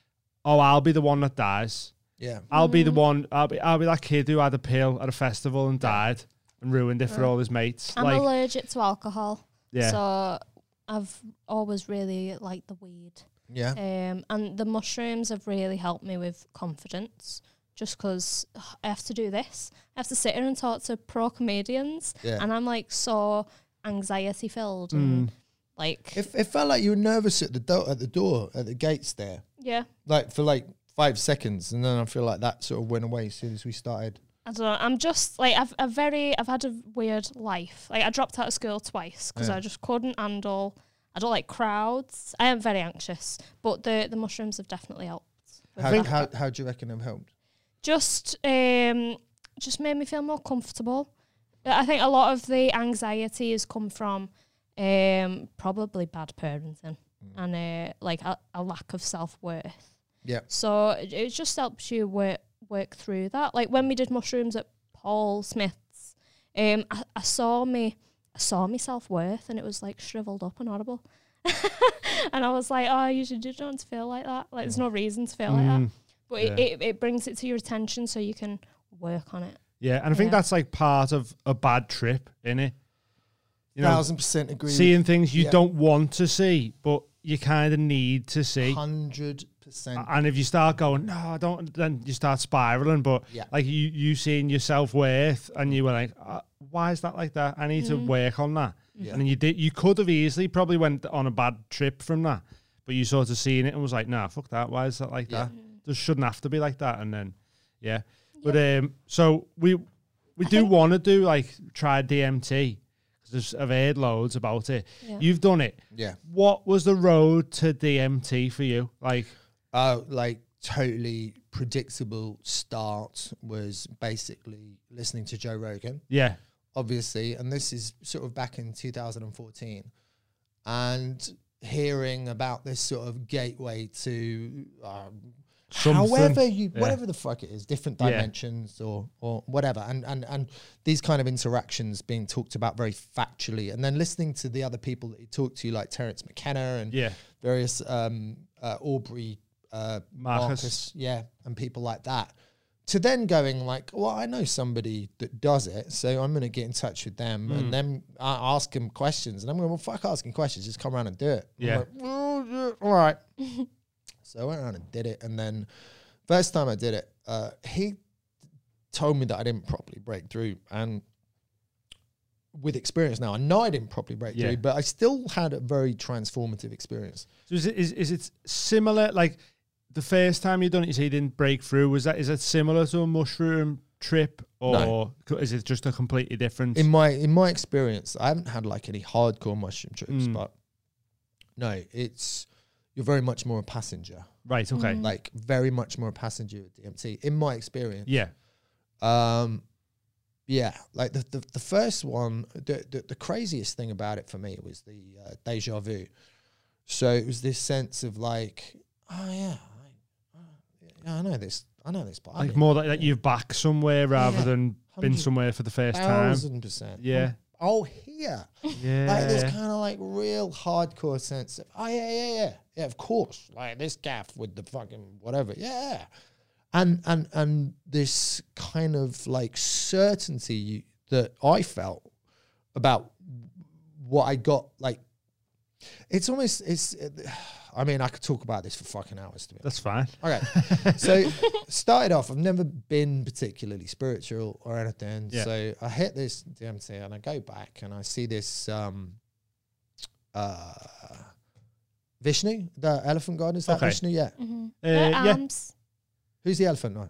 oh, I'll be the one that dies. yeah. I'll be the Mm. one. I'll be. I'll be that kid who had a pill at a festival and died and ruined it for all his mates. I'm like, allergic to alcohol, yeah, so I've always really liked the weed. Yeah. Um, and the mushrooms have really helped me with confidence. Just because I have to do this, I have to sit here and talk to pro comedians, Yeah. and I'm like so anxiety filled Mm. and like It, it felt like you were nervous at the do- at the door at the gates there, yeah. like for like five seconds, and then I feel like that sort of went away as soon as we started. I don't know. I'm just like I've a very I've had a weird life. Like I dropped out of school twice because Yeah. I just couldn't handle. I don't like crowds. I am very anxious, but the the mushrooms have definitely helped. with How that. how, how do you reckon it helped? just um just made me feel more comfortable. Uh, I think a lot of the anxiety has come from um probably bad parenting and uh, like a, a lack of self worth. Yeah. So it, it just helps you work work through that. Like when we did mushrooms at Paul Smith's, um, I, I saw me I saw my self worth and it was like shriveled up and horrible. and I was like, oh, you should you don't feel like that. Like there's no reason to feel like that. But it, Mm. Yeah. it, it brings it to your attention so you can work on it. yeah. And I think Yeah. that's like part of a bad trip, in it. You know, Thousand percent agree. seeing things you yeah. don't want to see, but you kind of need to see. hundred percent. And if you start going, no, I don't, then you start spiraling. But Yeah. like you, you seeing your self worth, and you were like, uh, why is that like that? I need Mm. to work on that. Yeah. And then you did. You could have easily probably went on a bad trip from that, but you sort of seen it and was like, nah, fuck that. Why is that like Yeah. that? Mm. Just shouldn't have to be like that. And then, yeah. But um, so we we do think- want to do like try DMT because I've heard loads about it. Yeah. You've done it. Yeah. What was the road to DMT for you? Like. Oh, like totally predictable start was basically listening to Joe Rogan, Yeah, obviously, and this is sort of back in 2014, and hearing about this sort of gateway to um, Something. however you Yeah. whatever the fuck it is, different Yeah. dimensions or or whatever, and and and these kind of interactions being talked about very factually, and then listening to the other people that you talk to, like Terence McKenna and yeah. various um, uh, Aubrey uh, Marcus. Marcus. yeah, and people like that. To then going like, well, I know somebody that does it, so I'm going to get in touch with them Hmm. and then I ask them questions, and I'm going, well, fuck asking questions, just come around and do it. I'm Yeah. like, "Well, yeah, all right. so I went around and did it, and then first time I did it, uh, he told me that I didn't properly break through, and with experience now, I know I didn't properly break Yeah. through, but I still had a very transformative experience. So is it is, is it similar? Like the first time you done it, you say you didn't break through. Was that is it similar to a mushroom trip, or No. co- is it just a completely different? in my in my experience, I haven't had like any hardcore mushroom trips, Mm. but no, it's you're very much more a passenger, right. Okay. Mm. like very much more a passenger at DMT. In my experience, Yeah. um, yeah, like the the, the first one, the, the the craziest thing about it for me was the uh, deja vu. So it was this sense of like, oh yeah, I, yeah, I know this, I know this part. I Like mean, more like that you've back somewhere rather Yeah. than been Hundred somewhere for the first time. thousand percent. Yeah. Oh here. Yeah. Like this kind of like real hardcore sense of, oh yeah, yeah, yeah, yeah, of course. Like this gaff with the fucking whatever, yeah. And and and this kind of like certainty you, that I felt about what I got, like It's almost it's. I mean, I could talk about this for fucking hours to be. honest. That's fine. Okay. so started off, I've never been particularly spiritual or anything. Yeah. So I hit this DMT and I go back and I see this um uh Vishnu, the elephant god. Is that Okay. Vishnu? Yeah. Mm-hmm. Uh, Their yeah. um, arms. Who's the elephant? No.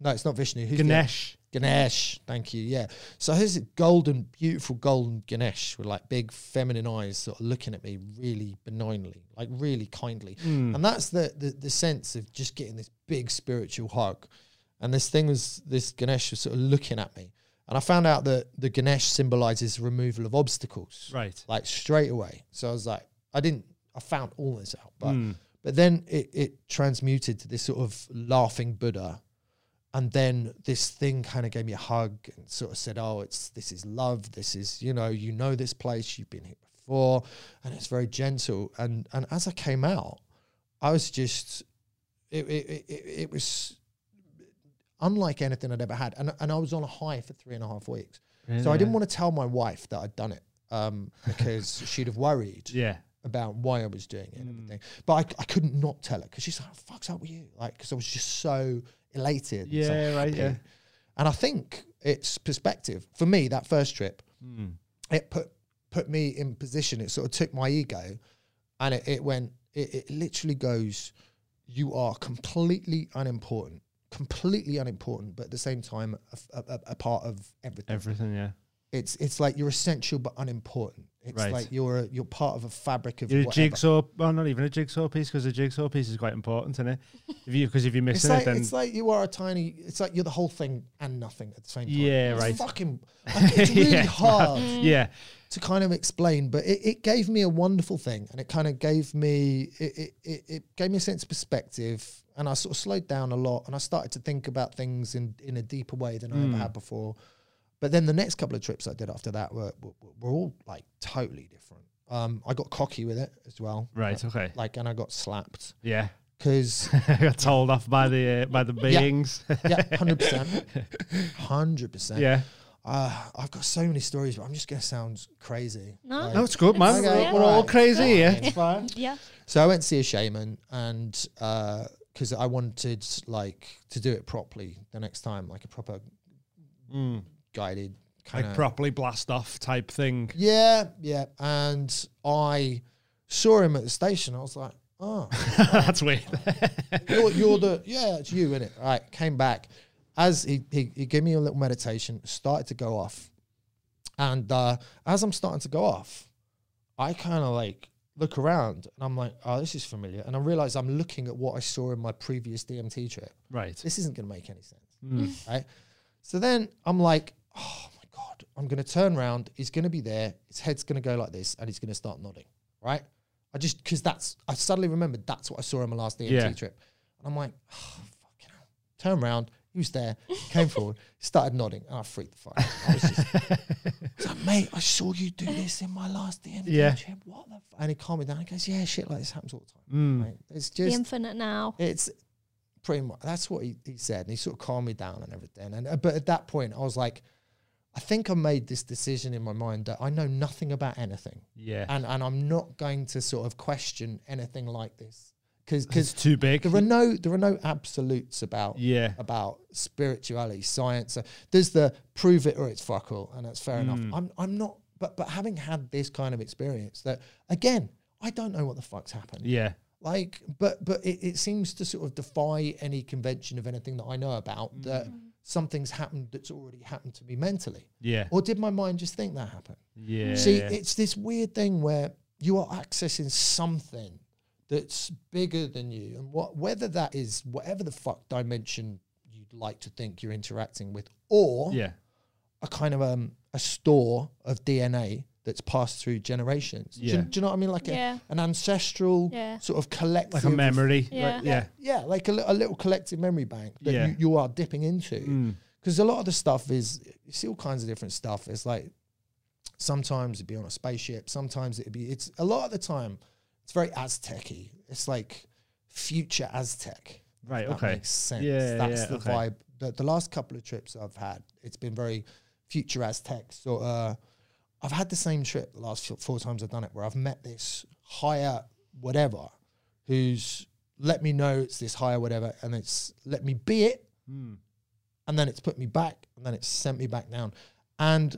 No, it's not Vishnu. Who's the- Ganesh. Ganesh. Thank you. Yeah. So here's a golden, beautiful golden Ganesh with like big feminine eyes sort of looking at me really benignly, like really kindly. Mm. And that's the, the the sense of just getting this big spiritual hug. And this thing was this Ganesh was sort of looking at me. And I found out that the Ganesh symbolizes removal of obstacles. Right. Like straight away. So I was like, I didn't I found all this out. But Mm. but then it, it transmuted to this sort of laughing Buddha. And then this thing kind of gave me a hug and sort of said, Oh, it's this is love. This is, you know, you know this place, you've been here before. And it's very gentle. And and as I came out, I was just it it, it, it it was unlike anything I'd ever had. And and I was on a high for three and a half weeks. So I didn't want to tell my wife that I'd done it. Um, because she'd have worried Yeah. Hmm. about why I was doing it and everything. But I, I couldn't not tell her because she's like, "What the fuck's up with you?" Like, because I was just so elated. and so Yeah. Right. happy. Yeah. And I think it's perspective for me. That first trip, Mm. it put put me in position. It sort of took my ego, and it, it went. It, it literally goes, "You are completely unimportant." Completely unimportant, but at the same time, a, a- a- a part of everything Everything. Yeah. it's it's like you're essential but unimportant. It's Right. like you're a, you're part of a fabric of You're a whatever. jigsaw. Well, not even a jigsaw piece because a jigsaw piece is quite important, isn't it? If you because if you're It's missing like it, then it's like you are a tiny. It's like you're the whole thing and nothing at the same time. Yeah, It's right. Fucking, like, it's really Yeah, it's hard yeah. to kind of explain, but it, it gave me a wonderful thing, and it kind of gave me it, it it it gave me a sense of perspective, and I sort of slowed down a lot, and I started to think about things in in a deeper way than Hmm. I ever had before. But then the next couple of trips I did after that were were, were all like totally different. Um, I got cocky with it as well, Right. Okay. Like, and I got slapped Yeah. because I got told off by the uh, by the beings. yeah, hundred percent, hundred percent. yeah. Uh, I've got so many stories, but I'm just gonna sound crazy. No. Like- No, it's good, man. Okay, We're, yeah. we're all alright. crazy here. It's fine. Yeah. So I went to see a shaman, and because I wanted like to do it properly the next time, like a proper guided kind Like of properly blast off type thing. Yeah, yeah. And I saw him at the station. I was like, oh, That's weird. you're, you're the yeah, it's you in it. All right, came back. As he, he he gave me a little meditation, started to go off, and uh, as I'm starting to go off, I kind of like look around and I'm like, oh, this is familiar, and I realize I'm looking at what I saw in my previous DMT trip. Right. This isn't going to make any sense, Mm. right? So then I'm like, oh my god, I'm going to turn around. He's going to be there. His head's going to go like this, and he's going to start nodding, right? I just because that's I suddenly remembered that's what I saw on my last DMT Yeah. trip, and I'm like, oh, fucking hell. Turn around. He was there. Came forward. Started nodding, and I freaked the fuck. out. I was just it's like, mate, I saw you do this in my last DMT Yeah. trip. What the? F-? And he calmed me down. He goes, yeah, shit like this happens all the time. Mm. Right? It's The just infinite now. it's pretty much that's what he, he said and he sort of calmed me down and everything and uh, but at that point i was like i think i made this decision in my mind that i know nothing about anything Yeah. and and i'm not going to sort of question anything like this because It's too big. there are no there are no absolutes about Yeah. about spirituality science Uh, there's the prove it or it's fuck all and that's fair enough Mm. i'm i'm not but but having had this kind of experience that again i don't know what the fuck's happened Yeah. like but but it, it seems to sort of defy any convention of anything that i know about Mm. that Mm. something's happened that's already happened to me mentally Yeah. or did my mind just think that happened Yeah. Oh, see it's this weird thing where you are accessing something that's bigger than you and what whether that is whatever the fuck dimension you'd like to think you're interacting with or yeah. a kind of um a store of dna that's passed through generations do, you, Yeah. do you know what i mean like a- Yeah. an ancestral Yeah. sort of collective Like a memory. Yeah. Like- yeah. yeah, like a, li- a little collective memory bank that Yeah. you, you are dipping into. Because a lot of the stuff is, you see all kinds of different stuff. It's like sometimes it'd be on a spaceship, sometimes it'd be, it's a lot of the time, it's very Aztec y. It's like future Aztec. Right. if That Okay. makes sense. Yeah, That's yeah, the okay. vibe. The, the last couple of trips I've had, it's been very future Aztec sort of. uh, I've had the same trip the last few- four times I've done it where I've met this higher whatever who's let me know it's this higher whatever and it's let me be it Hmm. and then it's put me back and then it's sent me back down. And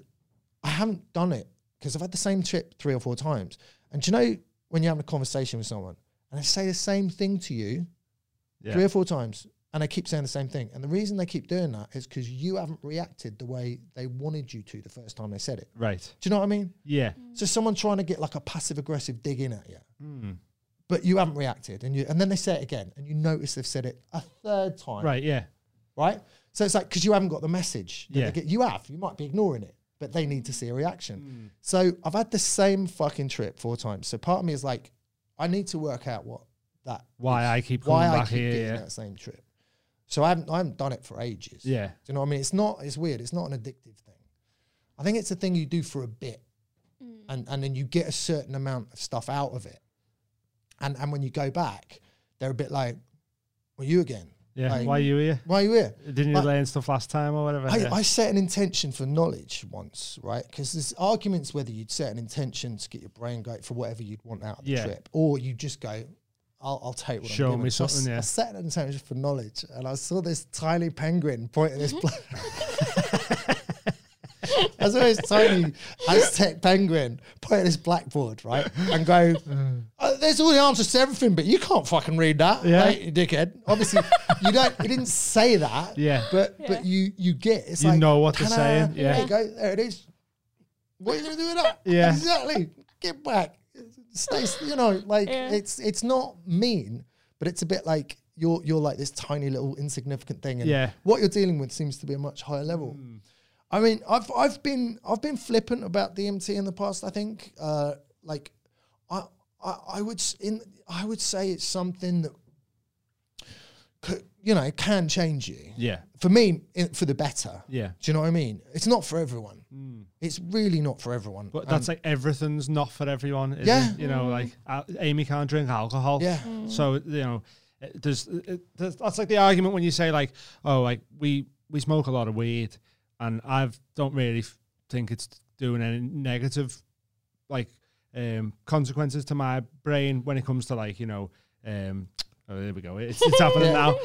I haven't done it because I've had the same trip three or four times. And do you know when you're having a conversation with someone and they say the same thing to you Yeah. three or four times and they keep saying the same thing. And the reason they keep doing that is because you haven't reacted the way they wanted you to the first time they said it. Right. Do you know what I mean? Yeah. So someone trying to get like a passive aggressive dig in at you, Hmm. but you haven't reacted, and you and then they say it again, and you notice they've said it a third time, Right. Yeah. right? So it's like because you haven't got the message. that they Yeah. get- you have. You might be ignoring it, but they need to see a Hmm. reaction. So I've had the same fucking trip four times. So part of me is like, I need to work out what that Why I keep coming why I back keep getting here. that same trip. So I haven't I haven't done it for ages. Yeah. yeah. Do you know what I mean? It's not. It's weird. It's not an addictive thing. I think it's a thing you do for a bit, and and then you get a certain amount of stuff out of it, and and when you go back, they're a bit like, "Well, you again? Yeah. Like, Why are you here? Why are you here?" Didn't you Like- learn stuff last time or whatever? I, yeah. I set an intention for knowledge once, right? Because there's arguments whether you'd set an intention to get your brain going for whatever you'd want out of the Yeah. trip, or you just go, I'll, I'll take what Show I'm given." me So I s- something, yeah. I set an intention for knowledge, and I saw this tiny penguin pointing this. Pla- I saw this tiny Aztec penguin pointing this blackboard, right, and go, "Uh, "There's all the answers to everything, but you can't fucking read that, Yeah. mate, you dickhead." Obviously, you don't. You didn't say that, Yeah. but Yeah. but you you get it's You like, know what they're "Ta-da, saying, There yeah. you go. There it is. What are you gonna do with that? Yeah. Exactly. Get back. Stay. You know, like Yeah. it's it's not mean, but it's a bit like you're you're like this tiny little insignificant thing, and Yeah. what you're dealing with seems to be a much higher level. I mean, I've I've been I've been flippant about DMT in the past. I think, uh, like, I, I I would s- in I would say it's something that, could, you know, can change you yeah. for me, it, for the better. Yeah. Hmm. Do you know what I mean? It's not for everyone. It's really not for everyone. But that's like everything's not for everyone. Is Yeah. It? You know, like al- Amy can't drink alcohol. Yeah. So you know, it- there's, it, there's that's like the argument when you say like, oh, like we we smoke a lot of weed, and I don't really f- think it's doing any negative, like um consequences to my brain when it comes to like you know, um oh there we go, it's, it's happening now.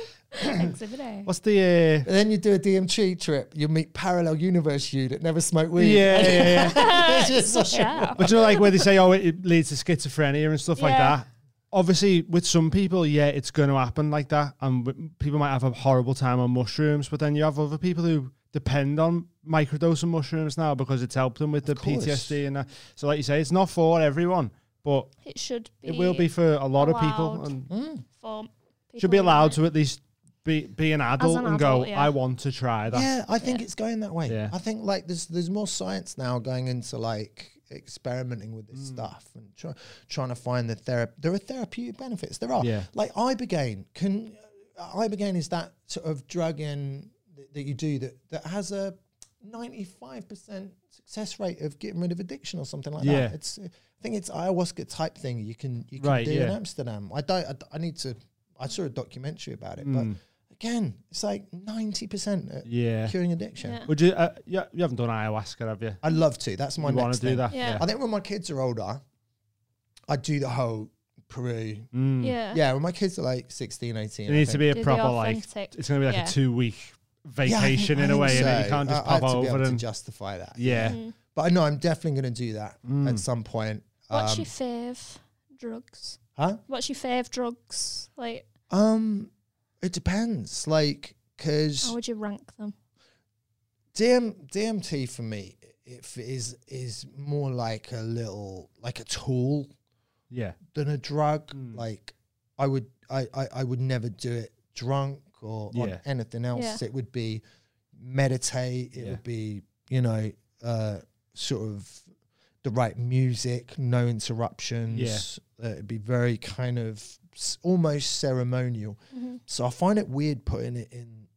Exhibit A. What's the uh, And then you do a DMT trip, you meet parallel universe you that never smoke weed. yeah yeah yeah. It's just So like- sharp. But you know, like where they say, oh, it, it leads to schizophrenia and stuff like Yeah. that. Obviously, with some people, yeah, it's going to happen like that, and w- people might have a horrible time on mushrooms. But then you have other people who depend on microdosing mushrooms now because it's helped them with the course. PTSD and that. So, like you say, it's not for everyone, but It should be. it will be for a lot of people, allowed and Hmm. for people should be allowed to. to at least be be an adult and adult, go, yeah. I want to try that. Yeah, I think it's going that way. Yeah. I think like there's there's more science now going into like experimenting with this stuff and try, trying to find the therapy. There are therapeutic benefits. There are. Yeah. Like ibogaine can uh, ibogaine is that sort of drug in that, that you do that that has a 95% success rate of getting rid of addiction or something like Yeah. that. It's uh, I think it's ayahuasca type thing you can you can Right, do in yeah. Amsterdam. I don't I, d- I need to I saw a documentary about it Mm. but again it's like uh, 90% at Yeah. curing addiction. Yeah. Would you? Uh, yeah, you haven't done ayahuasca, have you? I'd love to. That's my you want next to do thing. that? Yeah. I think when my kids are older, I do the whole Peru. Mm. Yeah. Yeah, when my kids are like 16, 18. It needs to be a Do the proper like. authentic- It's gonna be like yeah. a two week vacation in a way, and then you can't just I, I pop have to be over able to and justify that. Mm. yeah. Mm-hmm. Mm. But I know I'm definitely going to do that at some point. What's Um, your fave drugs? huh? What's your fave drugs? Like, Um, it depends. Like, because how would you rank them? DM, DMT for me, it f- is is more like a little like a tool yeah, than a drug. Mm. Like I would, I, I, I would never do it drunk or on Yeah. anything else. Yeah. It would be meditate. It Yeah. would be, you know, uh, sort of the right music, no interruptions. Uh, it'd be very kind of s- almost ceremonial. So I find it weird putting it in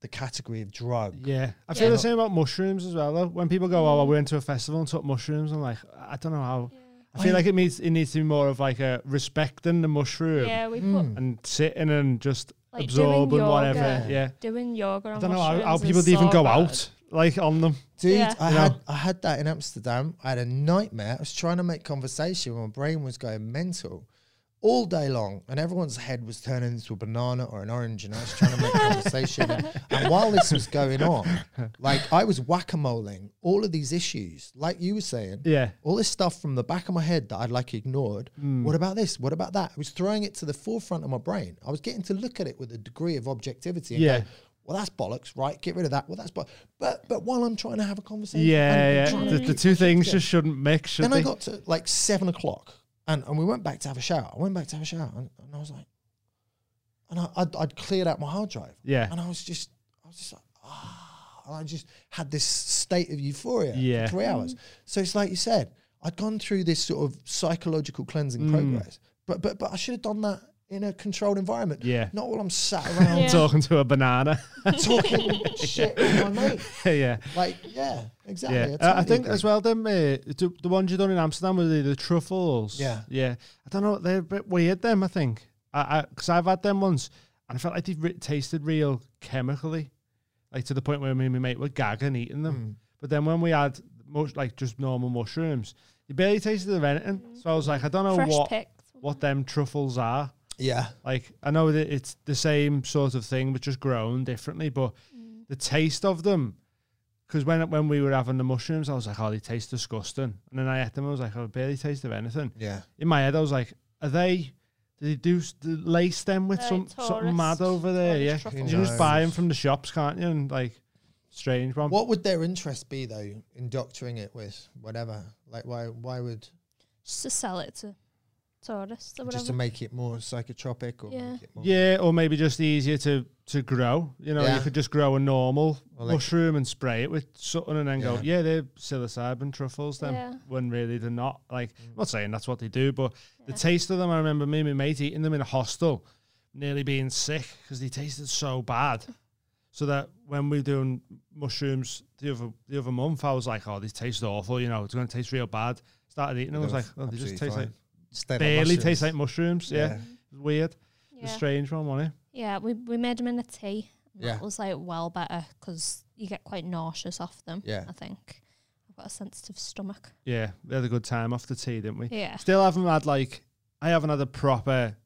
the category of drug. yeah. I feel Yeah. the same about mushrooms as well. Though when people go, "Oh, I went to a festival and took mushrooms," I'm like, I don't know how. I feel I- like it needs it needs to be more of like a respecting the mushroom Yeah, we put Mm. and sitting and just Like doing absorbing whatever. yoga. Yeah, doing yoga. I on don't know how, how mushrooms is people even so go bad. out like on them. Dude, Yeah. I You had know? I had that in Amsterdam. I had a nightmare. I was trying to make conversation. My brain was going mental all day long, and everyone's head was turning into a banana or an orange, and I was trying to make conversation. And while this was going on, like I was whack a moling all of these issues, like you were saying. Yeah. All this stuff from the back of my head that I'd like ignored. Hmm. What about this? What about that? I was throwing it to the forefront of my brain. I was getting to look at it with a degree of objectivity. And Yeah. go, well, that's bollocks, right? Get rid of that. Well, that's bollocks. But but while I'm trying to have a conversation, and Yeah, trying yeah. The, to keep the my two shit things together. just shouldn't mix, should Then they? I got to like seven o'clock, and, and we went back to have a shower. I went back to have a shower, and, and I was like, and I, I'd, I'd cleared out my hard drive, Yeah. and I was just, I was just like, ah, and I just had this state of euphoria Yeah. for three hours. So it's like you said, I'd gone through this sort of psychological Mm. cleansing progress, but but but I should have done that in a controlled environment. Yeah. not while I'm sat around Yeah. Talking to a banana. talking shit with my mate. yeah. Like, yeah, exactly. Yeah, totally I, I think agree. as well. Them uh, the, the ones you done in Amsterdam were the, the truffles. Yeah. yeah. I don't know. They're a bit weird. Them, I think. I because I've had them once, and I felt like they re- tasted real chemically, like to the point where me and my mate were gagging eating Mm. Hmm. them. But then when we had mush, like just normal mushrooms, you barely tasted of anything. So I was like, I don't know Fresh what picked. what them truffles are. Yeah, Like I know that it's the same sort of thing, but just grown differently. But Mm. the taste of them, because when when we were having the mushrooms, I was like, "Oh, they taste disgusting," and then I ate them. I was like, "I barely taste of anything." yeah. In my head, I was like, "Are they? Do they do s- do they lace them with They're some something tourist- mad over there? tourist Yeah, truffles. you just Who buy them knows? from the shops, can't you?" And like, strange one. What would their interest be though in doctoring it with whatever? Like why why would Just to sell it to tourists or just to whatever. make it more psychotropic or Yeah. make it more Yeah, or maybe just easier to to grow. You know, Yeah. you could just grow a normal Or like- mushroom and spray it with something, and then go, Yeah. yeah, they're psilocybin truffles. Then Yeah. when really they're not. Like, Mm. I'm not saying that's what they do, but the taste of them. I remember me and my mate eating them in a hostel, nearly being sick because they tasted so bad. So that when we were doing mushrooms the other the other month, I was like, oh, these taste awful. You know, it's going to taste real bad. Started eating, them, I was like, oh, they just taste like barely taste like mushrooms. Yeah, Yeah. weird, Yeah. the strange one, wasn't it? Yeah, we, we made them in a tea. That Yeah. was like well better because you get quite nauseous off them. Yeah. I think I've got a sensitive stomach. Yeah, we had a good time off the tea, didn't we? Yeah, Still haven't had like I haven't had a proper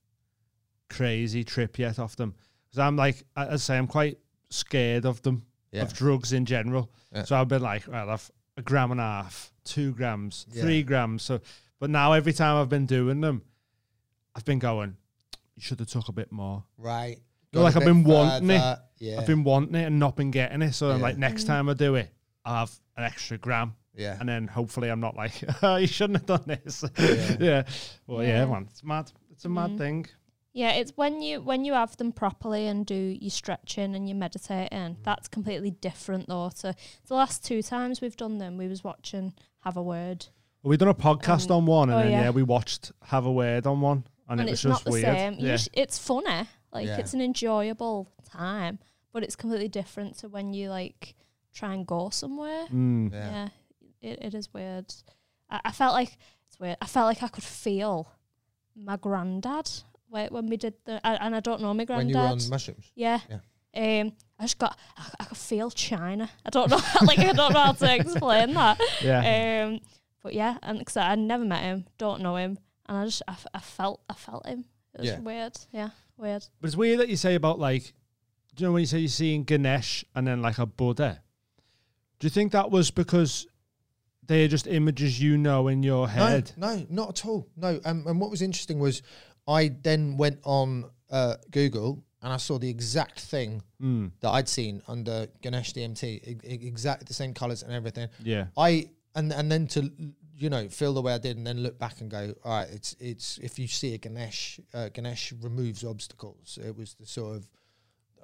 crazy trip yet off them because I'm like I- as I say I'm quite scared of them Yeah. of drugs in general. Yeah. So I've been like, well, I've a gram and a half, two grams, Yeah. three grams. So, but now every time I've been doing them, I've been going. You should have took a bit more. right. No, like, a I've bit been wanting it. further, Yeah. I've been wanting it and not been getting it. So I'm Yeah. like, next time I do it, I'll have an extra gram. yeah. and then hopefully I'm not like, oh, you shouldn't have done this. Yeah. Yeah. Well, Yeah. yeah. man, it's mad. It's a mad Mhm. thing. yeah. It's when you when you have them properly and do your stretching and your meditating. That's completely different though. To the last two times we've done them, we was watching Have a Word, Well, we done a podcast Um, on one, and oh, then yeah. yeah. we watched Have a Word on one, and, and, it was it's not just the weird. same. You Yeah. sh- it's funny, like Yeah. it's an enjoyable time, but it's completely different to when you like try and go somewhere. Mm. yeah. yeah, it, it is weird. I, I felt like it's weird. I felt like I could feel my granddad when, when we did the, I, and I don't know my When granddad. you were on mushrooms. yeah. Um, I just got, I, I could feel China. I don't know, like I don't know how to explain that. Yeah. Um, but yeah, and because I never met him, don't know him, and I just, I, f- I felt, I felt him. It was Yeah. weird. Yeah, weird. but it's weird that you say about like, do you know when you say you're seeing Ganesh and then like a Buddha? Do you think that was because they're just images you know in your head? No, no, not at all. No. Um, and what was interesting was I then went on uh, Google and I saw the exact thing Mm. that I'd seen under Ganesh DMT, e- e- exactly the same colors and everything. Yeah. I and and then to you know feel the way I did, and then look back and go, all right, it's it's if you see a Ganesh, uh, Ganesh removes obstacles. It was the sort of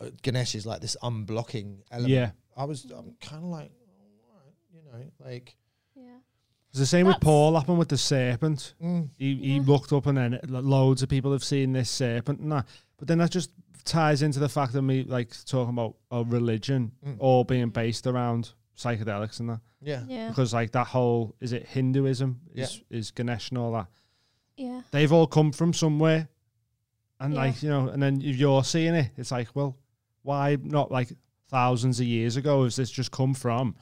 uh, Ganesh is like this unblocking element. Yeah. I was I'm kind of like, all right, you know, like Yeah. It's the same with That's- Paul happened with the serpent. mm, He, he Yeah. looked up and then lo- loads of people have seen this serpent and that. But then that just ties into the fact of me like talking about uh, religion Mm. all being based around psychedelics and that. yeah, Yeah. Because like that whole is it Hinduism Yeah. is is Ganesh and all that. Yeah. They've all come from somewhere, and Yeah. like you know, and then if you're seeing it, it's like well, why not like thousands of years ago? Has this just come from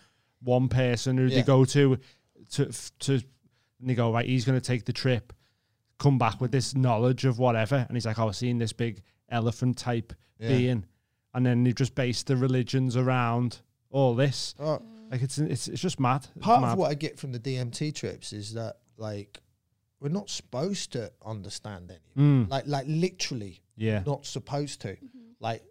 one person who they Yeah. go to to f- to and they go right? He's going to take the trip, come back with this knowledge of whatever, and he's like, oh, I've seen this big elephant type Yeah. being, and then they've just based the religions around all this. Oh, Like it's it's it's just mad. It's part mad. of what I get from the DMT trips is that like we're not supposed to understand any. Mm, Like like literally yeah. not supposed to. Like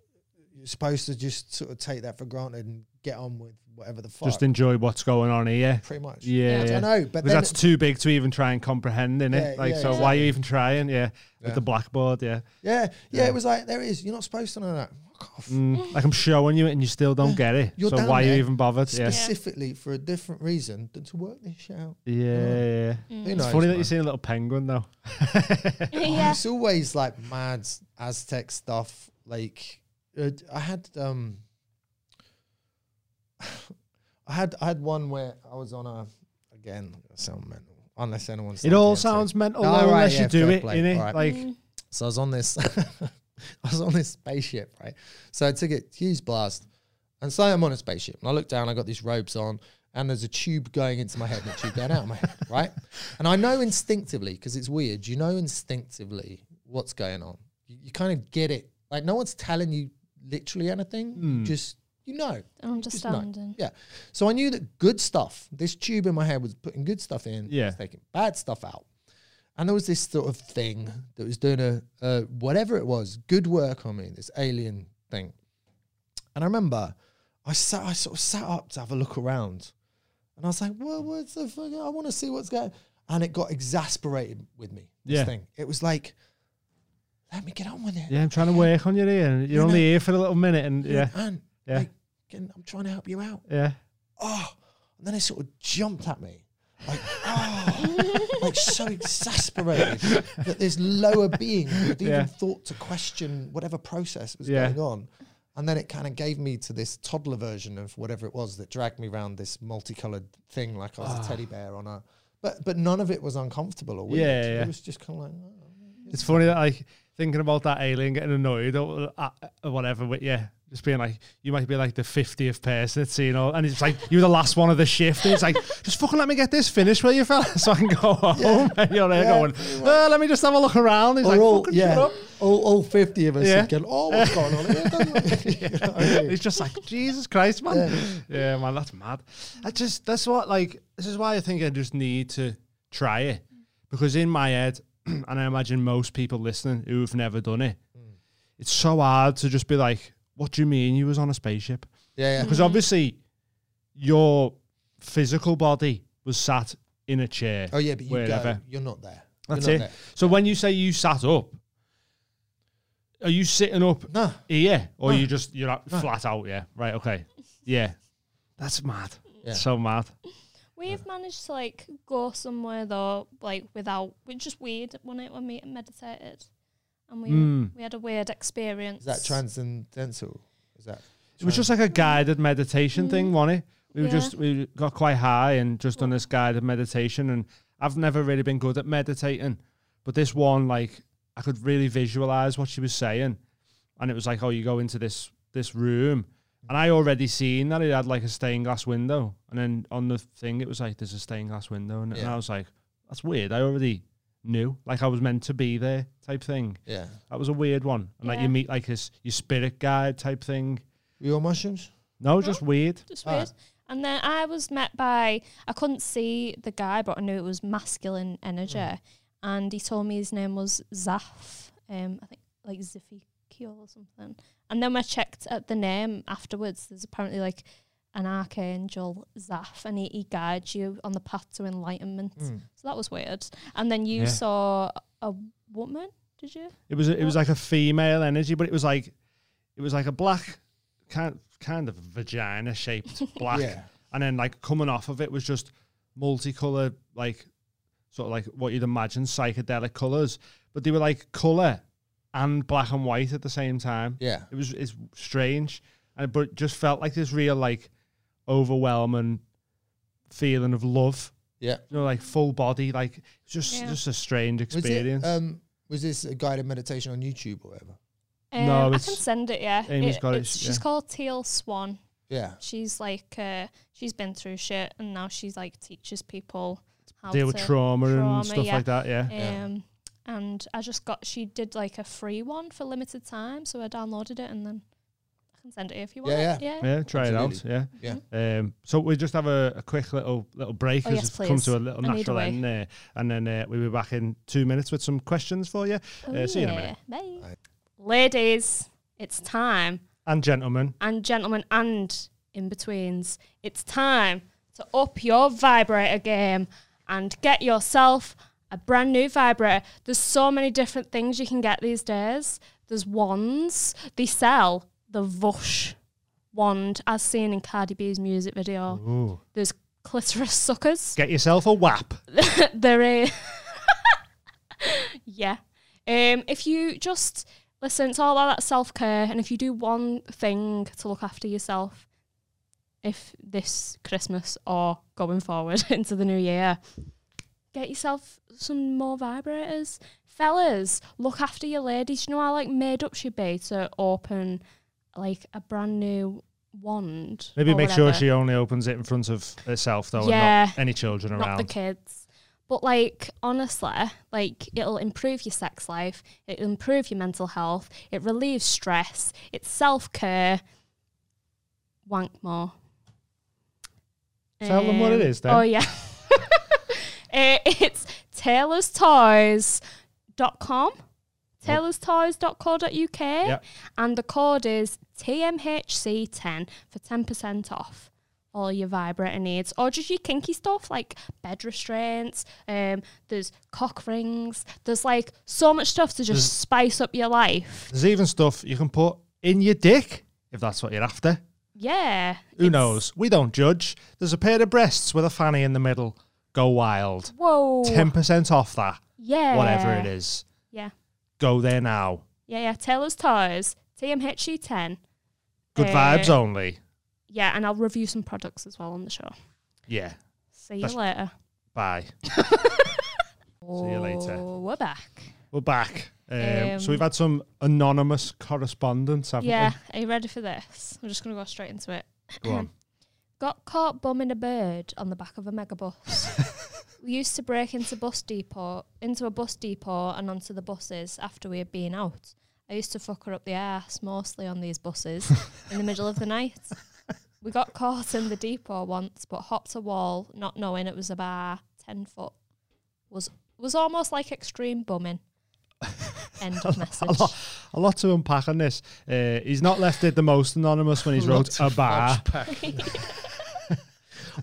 you're supposed to just sort of take that for granted and get on with whatever the fuck. Just enjoy what's going on here. pretty much. Yeah. Yeah. yeah. I know, but Because then that's too big to even try and comprehend, innit? Yeah, like, yeah, so why are you even trying? Yeah, Yeah. with the blackboard, yeah. yeah, yeah, Yeah. it was like there it is. You're not supposed to know that. Fuck off. Mm, like I'm showing you it and you still don't get it. You're so down why are there. you even bothered? Yeah, Specifically for a different reason than to work this shit out. yeah. yeah. Who It's knows, funny that Mm. man? you see a little penguin though. Mm. yeah. It's always like mad Aztec stuff. Like uh, I had um, I had I had one where I was on a again I sound mental unless anyone's It all sounds mental No, though, right, unless yeah, you do fair it, play, innit? alright. Like, So I was on this, I was on this spaceship, right? So I took it huge blast, and so I'm on a spaceship, and I look down, I got these ropes on, and there's a tube going into my head and a tube going out of my head, right? And I know instinctively because it's weird. You know instinctively what's going on. You, you kind of get it. Like no one's telling you literally anything. You just you know. Just know. Understanding. Yeah. So I knew that good stuff, this tube in my head was putting good stuff in, Yeah. was taking bad stuff out. And there was this sort of thing that was doing a, a whatever it was, good work on me, this alien thing. And I remember I sat, I sort of sat up to have a look around and I was like, well, what's the fuck? I want to see what's going And it got exasperated with me, this Yeah. thing. It was like, let me get on with it. yeah, I'm trying to work on your ear. And you're No, only here for a little minute, and yeah, And Yeah. like, "Can- I'm trying to help you out yeah. oh, and then it sort of jumped at me, like, oh, like so exasperated that this lower being had even Yeah. thought to question whatever process was Yeah. going on. And then it kind of gave me to this toddler version of whatever it was that dragged me around this multicolored thing, like I was Ah. a teddy bear on a. But but none of it was uncomfortable or weird. Yeah, yeah. It was just kind of like, oh, It's funny that like thinking about that alien getting annoyed or, uh, or whatever. With, yeah, just being like, you might be like the fiftieth person that's seen all, and it's like you're the last one of the shift. And it's like, just fucking let me get this finished, will you, fella, so I can go home. And you're there Yeah, going, pretty "Uh, let me just have a look around. He's Or like, all, fucking shut yeah, up. all, all 50 of us Yeah. yeah. going, oh, what's going on here? Don't you-" You know what I mean? He's just like, Jesus Christ, man. Yeah. man, that's mad. I just that's what like this is why I think I just need to try it. Because in my head, and I imagine most people listening who've never done it, Mm. it's so hard to just be like, What do you mean you was on a Mm. spaceship? Yeah, yeah. Because obviously your physical body was sat in a chair. Oh, yeah, but you go, Wherever. you're not there. That's you're it. not there. So when you say you sat up, are you sitting up No. here or No. you just you're out, flat out? Yeah. Right. Okay. Yeah. That's mad. Yeah. So mad. We've managed to like go somewhere though, like without. It's just weird, wasn't it, when we meditated, and we Mm. we had a weird experience. Is that transcendental? Is that It was just like a guided meditation thing, wasn't it? We were Mm. Yeah. just we got quite high and just done this guided meditation, and I've never really been good at meditating, but this one like I could really visualize what she was saying, and it was like, oh, you go into this this room, and I already seen that it had like a stained glass window, and then on the thing it was like there's a stained glass window, and, and Yeah. I was like, that's weird. I already knew like I was meant to be there type thing. yeah? That was a weird one, and like Yeah. you meet like this your spirit guide type thing. Were you on mushrooms? No, just weird. Just Ah. weird. And then I was met by I couldn't see the guy, but I knew it was masculine energy, Hmm. and he told me his name was Zaf. Um, I think like Zafikio or something. And then when I checked at the name afterwards, there's apparently like an archangel Zaf, and he, he guides you on the path to enlightenment. So that was weird. And then you Hmm. Yeah. saw a woman, did you? It was it was like a female energy, but it was like it was like a black kind kind of vagina shaped black, Yeah. and then like coming off of it was just multicolored like sort of like what you'd imagine psychedelic colors, but they were like color and black and white at the same time. Yeah. It was it's strange, and but it just felt like this real like overwhelming feeling of love. Yeah. You know, like full body, like just Yeah. just a strange Was it, experience. um, was this a guided meditation on YouTube or whatever? Um, No, I it's- can send it. Yeah, Amy's got it, it's- yeah. She's called Teal Swan. Yeah. She's like uh, she's been through shit, and now she's like teaches people how Deal with to trauma, trauma, and stuff yeah. like that. Yeah. Yeah. Um, and I just got she did like a free one for limited time, so I downloaded it and then I can send it if you want. Yeah, it. yeah. Yeah, try Absolutely. it out. Yeah, Um, so we just have a, a quick little little break Oh, as yes, it's come to a please. little I need a natural way. end there, and then uh, we'll be back in two minutes with some questions for you. Oh, Uh, see you in a minute. yeah. Bye. Right. Ladies, it's time, And gentlemen, and gentlemen, and in betweens, it's time to up your vibrator game and get yourself a brand new vibrator. There's so many different things you can get these days. There's wands. They sell the Vush wand, as seen in Cardi B's music video. ooh, There's clitoris suckers. get yourself a WAP. there is. yeah. Um, if you just listen, it's all about that self care, and if you do one thing to look after yourself, if this Christmas or going forward into the new year, get yourself some more vibrators. Fellas, look after your ladies. You know, I like made up should be to open like a brand new wand. Maybe or make sure whatever she only opens it in front of herself though, Yeah. and not any children not the around. kids. But like honestly, like it'll improve your sex life, it'll improve your mental health, it relieves stress, it's self care. Wank more. Tell them what it Um, is then. Oh yeah. uh, it's Taylor's Toys dot com. TaylorsToys.co.uk Yep. and the code is TMHC10 for 10% off all your vibrator needs or just your kinky stuff like bed restraints um there's cock rings there's like so much stuff to just There's- spice up your life There's even stuff you can put in your dick if that's what you're after. yeah Who it's- knows? We don't judge. There's a pair of breasts with a fanny in the middle. Go wild. whoa Ten percent off that, yeah whatever it is. Eh. yeah Go there now. yeah yeah taylor's toys tmhe10 Good Uh, vibes only. yeah and i'll review some products as well on the show Yeah. see you That's- later Bye. See you later. Oh, we're back We're back. Um, Um, so we've had some anonymous correspondence, haven't yeah are you ready for this i'm just gonna go straight into it we? Go on. Got caught bumming a bird on the back of a megabus. we used to break into bus depot, into a bus depot and onto the buses after we had been out. I used to fuck her up the ass, mostly on these buses, in the middle of the night. We got caught in the depot once, but hopped a wall, not knowing it was a bar. Ten foot was was almost like extreme bumming. End of A message. lot, a lot to unpack on this. Uh, he's not left it the most anonymous when he's wrote a bar.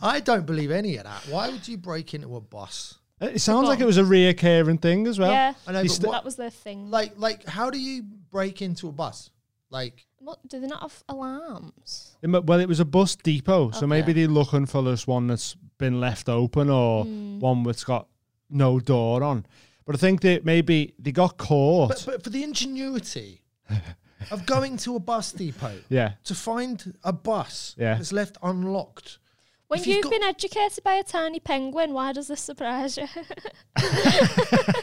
I don't believe any of that. Why would you break into a bus? Uh, It sounds like bomb. it was a reoccurring thing as well. yeah, I know, He's but st- that was their thing. Like, like, how do you break into a bus? Like, Mo- Do they not have alarms? It mu- Well, it was a bus depot, so Okay. maybe they're looking for this one that's been left open or Hmm. one that's got no door on. But I think that maybe they got caught. but, but for the ingenuity of going to a bus depot yeah. to find a bus Yeah. that's left unlocked. When If you've you've got- been educated by a tiny penguin, why does this surprise you?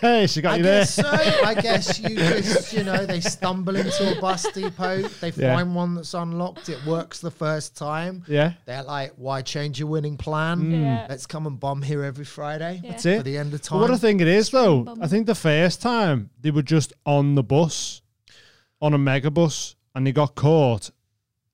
Hey, she got I you there. guess so. I guess you just, you know, they stumble into a bus depot, they Yeah. find one that's unlocked, it works the first time. Yeah. Mm. They're like, why change your winning plan? Yeah. Let's come and bomb here every Friday Yeah. That's it. for the end of But time. what I think it is though, bum. I think the first time they were just on the bus, on a megabus, and they got caught,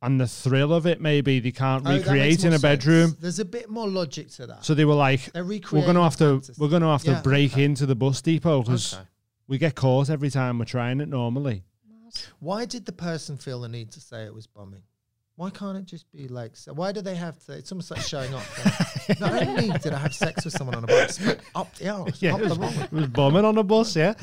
and the thrill of it maybe they can't Oh, that recreate makes in more a bedroom, sense. There's a bit more logic to that. so they were like, They're "We're gonna recreating have to, fantasy. we're gonna have to Yeah, break into the bus depot because Okay. we get caught every time we're trying it normally." Why did the person feel the need to say it was bombing? Why can't it just be like? So why do they have to? It's almost like showing up. Like, not only did I have sex with someone on a bus, but up the arse, Yeah, up it the was, wrong. it was bumming on a bus. Yeah,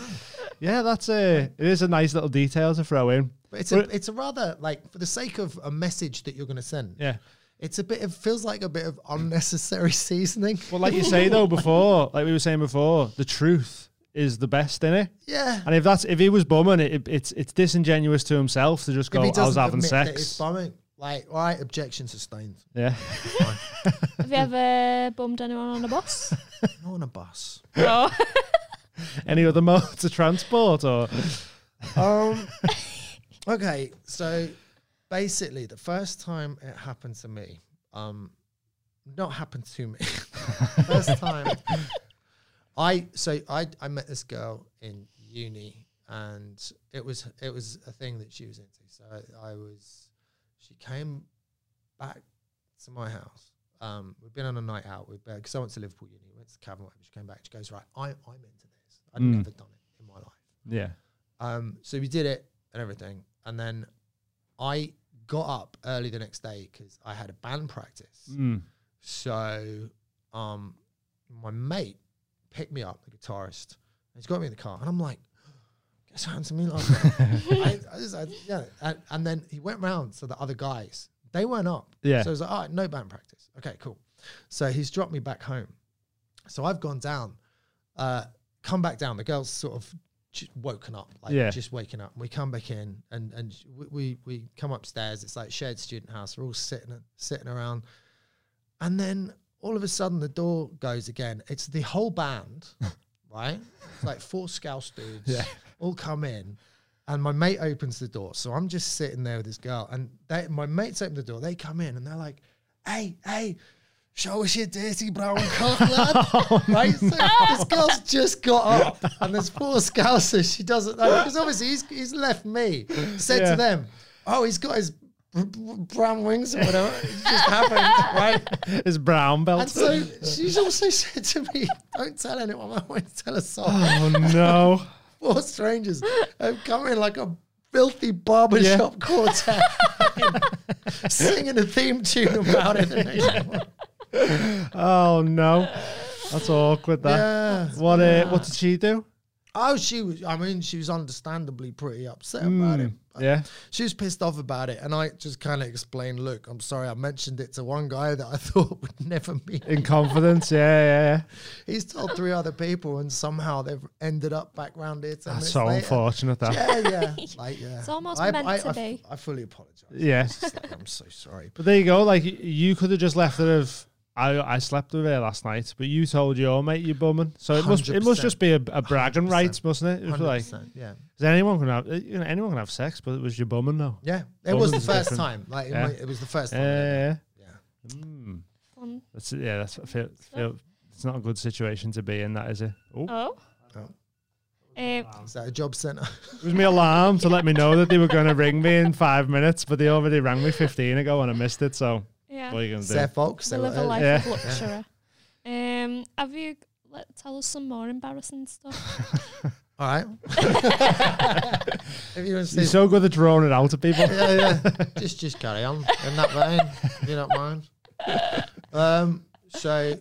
yeah, that's a it is a nice little detail to throw in. But it's a, Well- it's a rather like for the sake of a message that you're going to send. Yeah. It's a bit. It feels like a bit of unnecessary seasoning. Well, like you say though before, like we were saying before, the truth is the best in it. Yeah. And if that's if he was bumming, it, it it's it's disingenuous to himself to just If go, I he was doesn't having admit that it's sex. bombing. Like, all right, objection sustained. Yeah. Have you ever bummed anyone on a bus? Not on a bus. no. Any other mode to transport or Um, Okay, so basically, the first time it happened to me, um, not happened to me. first time, I so I I met this girl in uni, and it was it was a thing that she was into. So I, I was, she came back to my house. Um, we'd been on a night out. We because I went to Liverpool uni, went to Cavan. whatever. She came back. She goes, right, I I'm into this. I've Mm. never done it in my life. Yeah. Um, so we did it and everything, and then I got up early the next day because I had a band practice. Mm. So um, my mate picked me up, the guitarist, and he's got me in the car, and I'm like, "Guess what happened to me last night?" I, I just, I, yeah, and, and then he went round to the other guys. They weren't up. Yeah. So I was like, all right, no band practice. Okay, cool. So he's dropped me back home. So I've gone down, uh, come back down. The girl's sort of j- woken up, like Yeah. just waking up. We come back in and and sh- we, we we come upstairs. It's like shared student house. We're all sitting sitting around, and then all of a sudden the door goes again. It's the whole band, right? It's like four Scouse dudes Yeah. all come in. And my mate opens the door. So I'm just sitting there with this girl. And they, my mates open the door. They come in and they're like, hey, hey, show us your dirty brown cock, lad. right? Oh, So this girl's just got up. And there's four scousers she doesn't know. Because obviously he's, he's left me. Said Yeah. to them, oh, he's got his br- br- brown wings or whatever. It just happened, right? It's brown belt. And so she's also said to me, don't tell anyone. I won't tell a soul oh no. four strangers have come in like a filthy barbershop quartet singing a theme tune about it. the next morning. Oh no. That's awkward. That. yeah. What? Uh, what did she do? Oh, she was, I mean, she was understandably pretty upset about it. Hmm. Yeah. She was pissed off about it. And I just kind of explained, look, I'm sorry, I mentioned it to one guy that I thought would never meet. In confidence. Yeah. Yeah. yeah. He's told three other people, and somehow they've ended up back round here. 10 That's minutes so later. unfortunate. That. Yeah, yeah. Like, yeah. It's almost meant to be. I fully apologize. Yeah. It's like, I'm so sorry. But there you go. Like y- you could have just left it of. I, I slept with her last night, but you told your mate you're bumming. So it must it must just be a, a bragging 100%. rights, mustn't it? It was like 100%, yeah, 'cause anyone can have you know anyone can have sex, but it was your bumming though. yeah. It Bumming's was the first different. time. Like it Yeah. might- it was the first Yeah, time. yeah, yeah. yeah. Mm. Fun. That's yeah. That's I feel, feel it's not a good situation to be in. That is it. Oh, Oh. Oh. Um, Is that a job centre? it was my alarm to let me know that they were going to ring me in five minutes, but they already rang me fifteen ago and I missed it. So yeah. what are you going It's to their do? fault. 'cause They they were live a early. life Yeah. of luxury. Um, have you let tell us some more embarrassing stuff? All right. if you want You're to see, so good at drawing it out to people. yeah, yeah. Just, just carry on in that vein. if you don't mind. Um. So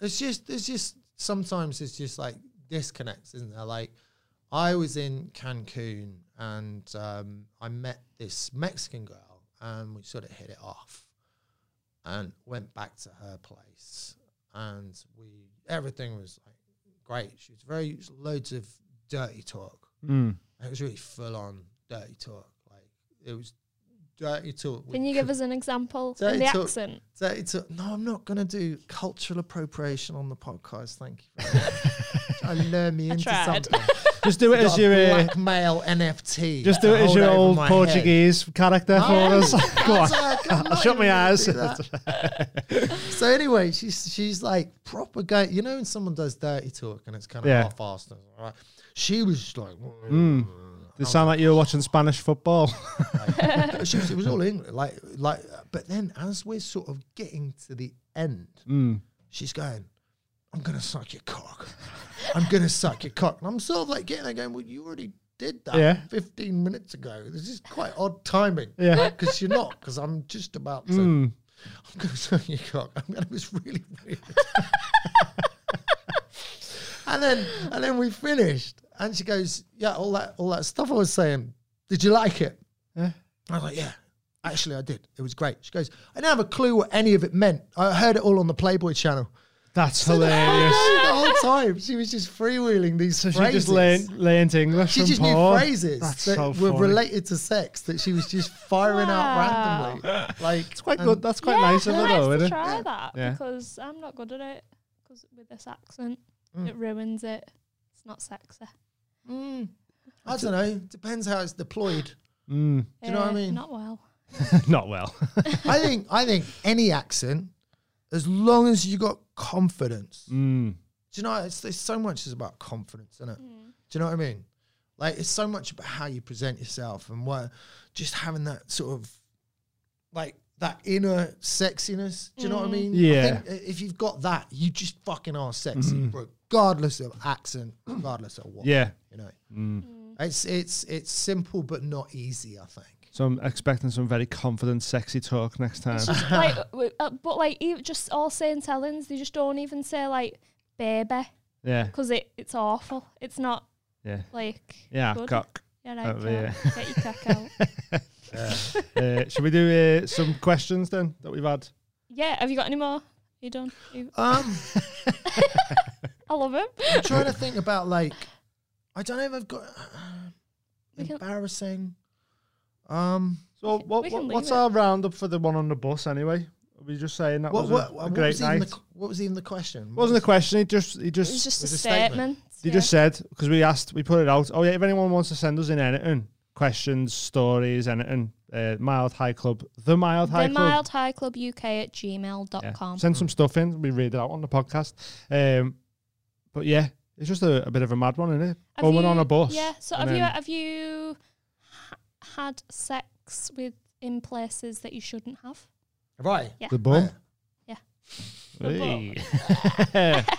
it's just, it's just sometimes it's just like disconnects, isn't there? Like I was in Cancun and um, I met this Mexican girl and we sort of hit it off. and went back to her place and we everything was like great she was very loads of dirty talk Mm. it was really full on dirty talk like it was dirty talk with Can you give us an example So in the it's all- accent? dirty talk no i'm not going to do cultural appropriation on the podcast thank you very much. i lure me I into tried. something Just do it Got as a your uh, blackmail nft just do to it as hold your over old my head. Portuguese character for No, us. Go on. that's like, I'm I'll not shut even my gonna eyes. do that. so anyway, she's she's like proper go. You know when someone does dirty talk and it's kind of Yeah. half-assed. and all Right? She was just like, Mm. They sound like you were watching Spanish football. like- she was, it was all English, like like. But then as we're sort of getting to the end, Mm. she's going, "I'm gonna suck your cock. I'm gonna suck your cock." And I'm sort of like getting there going, "Well, you already." Did that Yeah. 15 minutes ago. This is quite odd timing. Yeah. Because you're not, because I'm just about to Mm. I'm going to suck your cock. I'm going to was really weird. and then and then we finished, and she goes, "Yeah, all that all that stuff I was saying. Did you like it?" Yeah. I was like, "Yeah." Actually, I did. It was great. She goes, I didn't have a clue what any of it meant. I heard it all on the Playboy channel. That's hilarious. the whole time, she was just freewheeling these So she phrases. just learned, learned English She from just Paul. knew phrases That's that so were funny. related to sex that she was just firing Wow. out randomly. Like It's quite and- good. That's quite nice of her, nice though, to isn't it? try Yeah. that Yeah. because I'm not good at it because with this accent, Mm. it ruins it. It's not sexy. Mm. I don't know. Depends how it's deployed. you know what I mean? Uh, Not well. Not well. I think I think any accent, as long as you got confidence. Mm. Do you know? It's there's so much is about confidence, isn't it? Mm. Do you know what I mean? Like it's so much about how you present yourself and what just having that sort of like that inner sexiness. Do you know Mm. what I mean? I Yeah. Mm. think i- if you've got that, you just fucking are sexy, regardless of accent, regardless of what. yeah. Mm. You know. Hmm. It's it's it's simple but not easy. I think. So I'm expecting some very confident, sexy talk next time. Just like, w- uh, but like, ev- just all saying tellings, they just don't even say like baby Yeah. because it, it's awful. It's not Yeah. like Yeah. Oh, good. Cock. Yeah, right, over cock. Get your cock out. Uh, should we do uh, some questions then that we've had? Yeah, have you got any more? You done? You- Um. I love him. I'm trying to think about like I don't know if I've got uh, We can- embarrassing. Um, So what, we can what, leave what's it. our roundup for the one on the bus anyway? Are we just saying that what, was what, a, what, a great was even night? the, q- what was even the question? wasn't a question. He just he It's just just was a a statement. statement. he yeah. just said because we asked we put it out. Oh yeah, if anyone wants to send us in anything, questions, stories, anything, uh, mild high club, the mild high the club. mild high club uk at Yeah. gmail.com. Send some stuff in. We read it out on the podcast. Um, but yeah, it's just a, a bit of a mad one, isn't it? Have Going you- on a bus. Yeah. So and have you then- have you ha- had sex with in places that you shouldn't have? right. The bum. Yeah. Hey.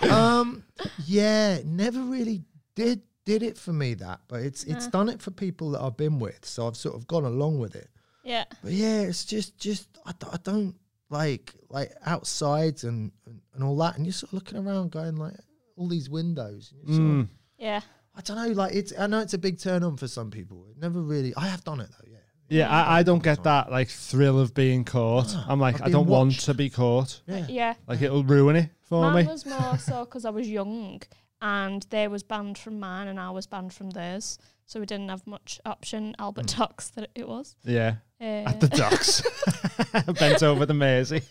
um, yeah, never really did did it for me that, but it's it's Nah. done it for people that I've been with, so I've sort of gone along with it. Yeah. But yeah, it's just just I, d- I don't like like outsides and, and and all that, and you're sort of looking around, going like all these windows. And you're sort of Mm. Yeah. I don't know. Like it's, I know it's a big turn on for some people. It never really. I have done it though. Yeah. Yeah, I, I don't get that like thrill of being caught. I'm like, Of I don't being want watched. to be caught. Yeah. Yeah. Like it'll ruin it for Mine me. was more so because I was young and they was banned from mine and I was banned from theirs. So we didn't have much option. Albert Docks that it was. yeah, Uh, Hmm. at the docks, bent over the Mersey.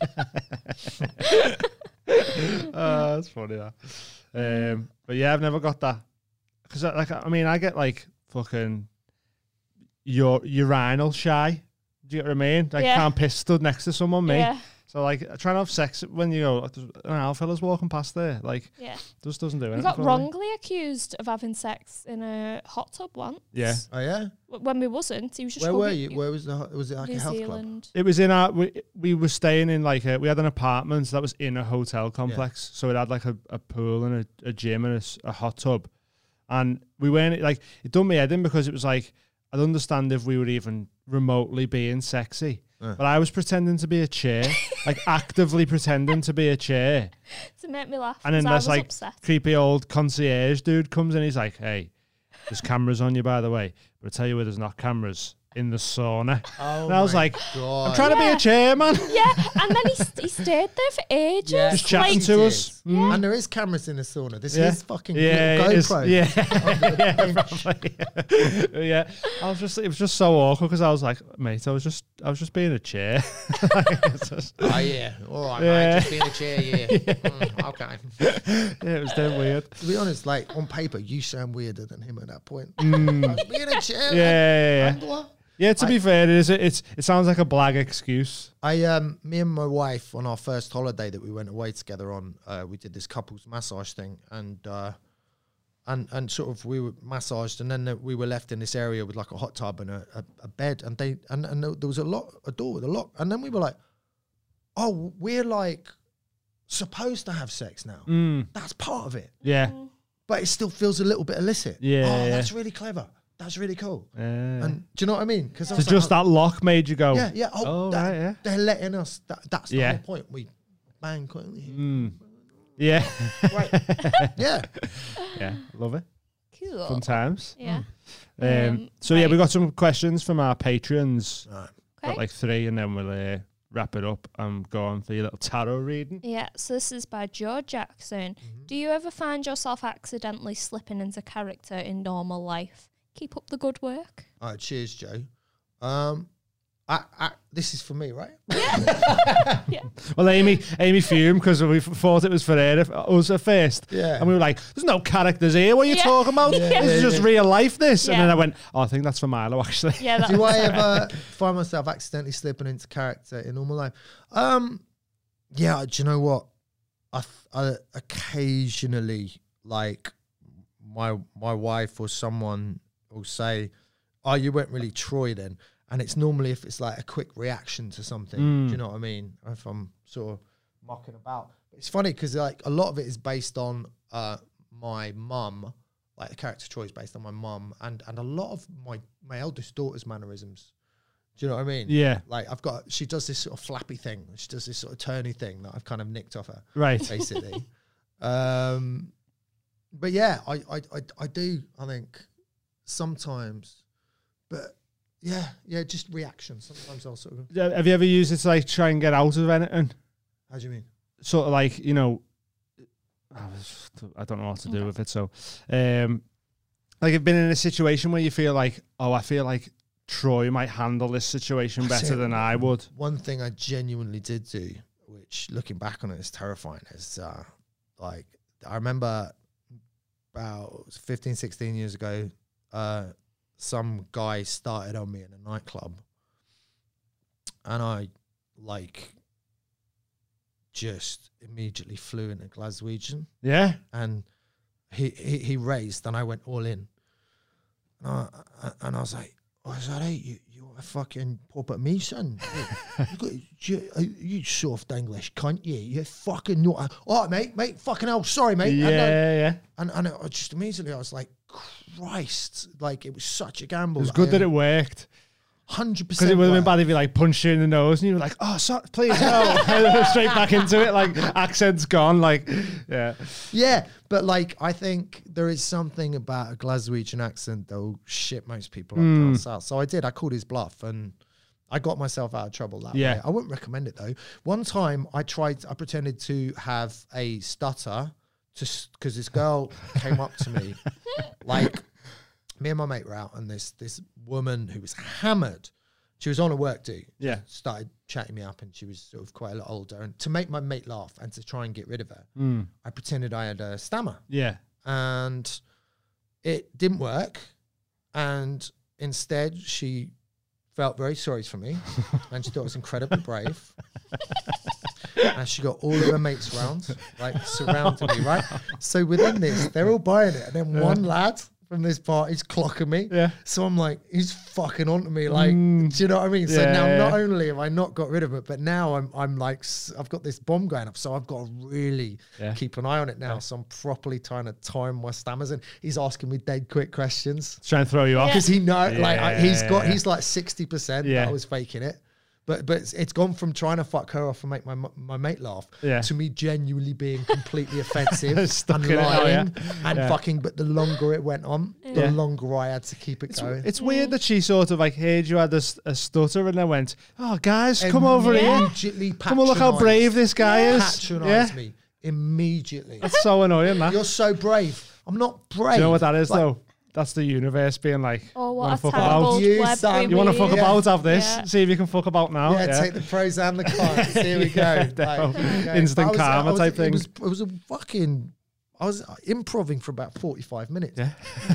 oh, that's funny that. Um, but yeah, I've never got that because like I mean, I get like fucking your urinal shy. Do you get what I mean? Like Yeah. can't piss stood next to someone, me. yeah. So like trying to have sex when you go, like, there's an owl fella's walking past there, like Yeah. just doesn't do anything. We got for me. wrongly accused of having sex in a hot tub once. Yeah. Oh yeah. W- When we wasn't, he was just Where going, were you? Where was the? ho- Was it like New a health club? Zealand. It was in our we, we were staying in like a, we had an apartment that was in a hotel complex, so it had like a, a pool and a, a gym and a s- a, hot tub, and we weren't like it done me head in because it was like I'd understand if we were even remotely being sexy, Uh. but I was pretending to be a chair, like actively pretending to be a chair, to make me laugh. and 'cause then I there's was like upset. creepy old concierge dude comes in, he's like, hey, there's cameras on you by the way, but I tell you where there's not cameras in the sauna. Oh. And I was my like, God. I'm trying to be Yeah. a chair, man. Yeah, and then he, st- he stayed there for ages. Yeah, Just of course chatting he to did. us. Mm. And there is cameras in the sauna. This Yeah. is fucking Yeah, little it is. GoPro. yeah, under the bench. yeah, yeah. I was just, it was just so awkward because I was like, mate, I was just, I was just being a chair. It's just- Oh yeah. All right, Yeah. mate. Just be in a chair. Yeah. Mm, okay. yeah, it was dead weird. To be honest, like on paper, you sound weirder than him at that point. I was being a Mm. chair. Yeah, yeah, yeah. Angela. yeah to be fair, it is. It's, it sounds like a blag excuse. I um, me and my wife on our first holiday that we went away together on, uh, we did this couples massage thing, and uh, and and sort of we were massaged, and then uh, we were left in this area with like a hot tub and a, a, a bed, and they and, and there was a lock, a door with a lock, and then we were like, oh, we're like supposed to have sex now. Mm. That's part of it, Yeah, but it still feels a little bit illicit. Yeah, oh, yeah. that's really clever. That's really cool. yeah. And do you know what I mean? Because so just that lock made you go. yeah, yeah. Oh, Oh, that- right, yeah. They're letting us. That, that's the Yeah. whole point. We bang quickly. Mm. Yeah, yeah. yeah. Love it. Cool. Fun times. Yeah. Um, Um, so yeah, right. we got some questions from our patrons. Okay. Got like three, and then we'll uh, wrap it up and go on for your little tarot reading. yeah. So this is by Joe Jackson. Mm-hmm. Do you ever find yourself accidentally slipping into character in normal life? Keep up the good work. All right. Cheers, Joe. Um, I, I, this is for me, right? Well, Amy, Amy fumed because we thought it was for her, us at first. Yeah. And we were like, there's no characters here. What are you Yeah. talking about? Yeah, this yeah, is just yeah. real life, this. And then Yeah. I went, oh, I think that's for Milo, actually. Yeah, that Do I ever find myself accidentally slipping into character in normal life? Um, yeah. Do you know what? I, th- I occasionally like my my wife or someone will say, "Oh, you weren't really Troy then." And it's normally if it's like a quick reaction to something. Do you know what I mean? If I'm sort of mocking about, it's funny because like a lot of it is based on uh, my mum. Like the character Troy is based on my mum, and and a lot of my my eldest daughter's mannerisms. Do you know what I mean? Yeah. Like I've got, she does this sort of flappy thing. She does this sort of turny thing that I've kind of nicked off her Right. basically. um, but yeah, I, I, I, I do, I think, sometimes. But yeah, yeah, just reactions. Sometimes I'll sort of, Yeah, Uh, Have you ever used it to like try and get out of anything? how do you mean? Sort of like, you know, I, was, I don't know what to do with it. So, um, like, I've been in a situation where you feel like, oh, I feel like Troy might handle this situation That's better it. than I would. One thing I genuinely did do, which looking back on it is terrifying, is uh, like, I remember about 15, 16 years ago, uh, some guy started on me in a nightclub. And I, like, just immediately flew into Glaswegian Yeah. and he, he he raised and I went all in. And I, I- and I was like, oh, is that it? You, you want to fucking pop at me, son? You, you, got- you, uh, you soft English cunt, you. You fucking not. All right, mate, mate, fucking hell, sorry, mate. And Yeah, I- yeah. And, and, I just immediately, I was like, Christ, like it was such a gamble. It was good that it worked. 100%. Because it would have been worked. bad if you like punched you in the nose and you were like, oh, sorry, please, no. Straight back into it, like accent's gone. Like, yeah. Yeah, but like I think there is something about a Glaswegian accent that will shit most people up down south. So I did. I called his bluff and I got myself out of trouble that Yeah. way. I wouldn't recommend it though. One time I tried. I pretended to have a stutter just because this girl came up to me, like me and my mate were out, and this this woman who was hammered. She was on a work do. Yeah. Started chatting me up, and she was sort of quite a lot older. And to make my mate laugh and to try and get rid of her, Hmm. I pretended I had a stammer Yeah. and it didn't work. And instead, she felt very sorry for me and she thought I was incredibly brave. and she got all of her mates round, like surrounding me, right? So within this, they're all buying it. And then one lad from this party's clocking me. Yeah. So I'm like, he's fucking onto me. Like, Mm. do you know what I mean? So Yeah, now yeah, not yeah. only have I not got rid of it, but now I'm I'm like s- I've got this bomb going up, so I've got to really Yeah. keep an eye on it now. So I'm properly trying to time my stammers, and he's asking me dead quick questions Trying to throw you off. because he know like I, he's got Yeah. he's like sixty percent that Yeah. I was faking it. But, but it's- it's gone from trying to fuck her off and make my mu- my mate laugh Yeah. to me genuinely being completely offensive Stuck and in it, oh, yeah. lying and Yeah. fucking. But the longer it went on, the Yeah. longer I had to keep it It's, going. it's weird that she sort of like heard you had a, s- a stutter and then went, oh, guys, come over here. Immediately Come on, look how patronised. brave this guy is. Patronise me immediately. That's so annoying, that. You're so brave. I'm not brave. Do you know what that is, Like, though? That's the universe being like, Oh, wanna what a fuck terrible about? You web son. we You want to read. fuck Yeah. about? Have this. Yeah. See if you can fuck about now. Yeah, take the pros and the cons. Here we go. Like, no. here we go. Instant I was- I karma was- type thing. It was, it was a fucking. I was improvising for about 45 minutes. Yeah.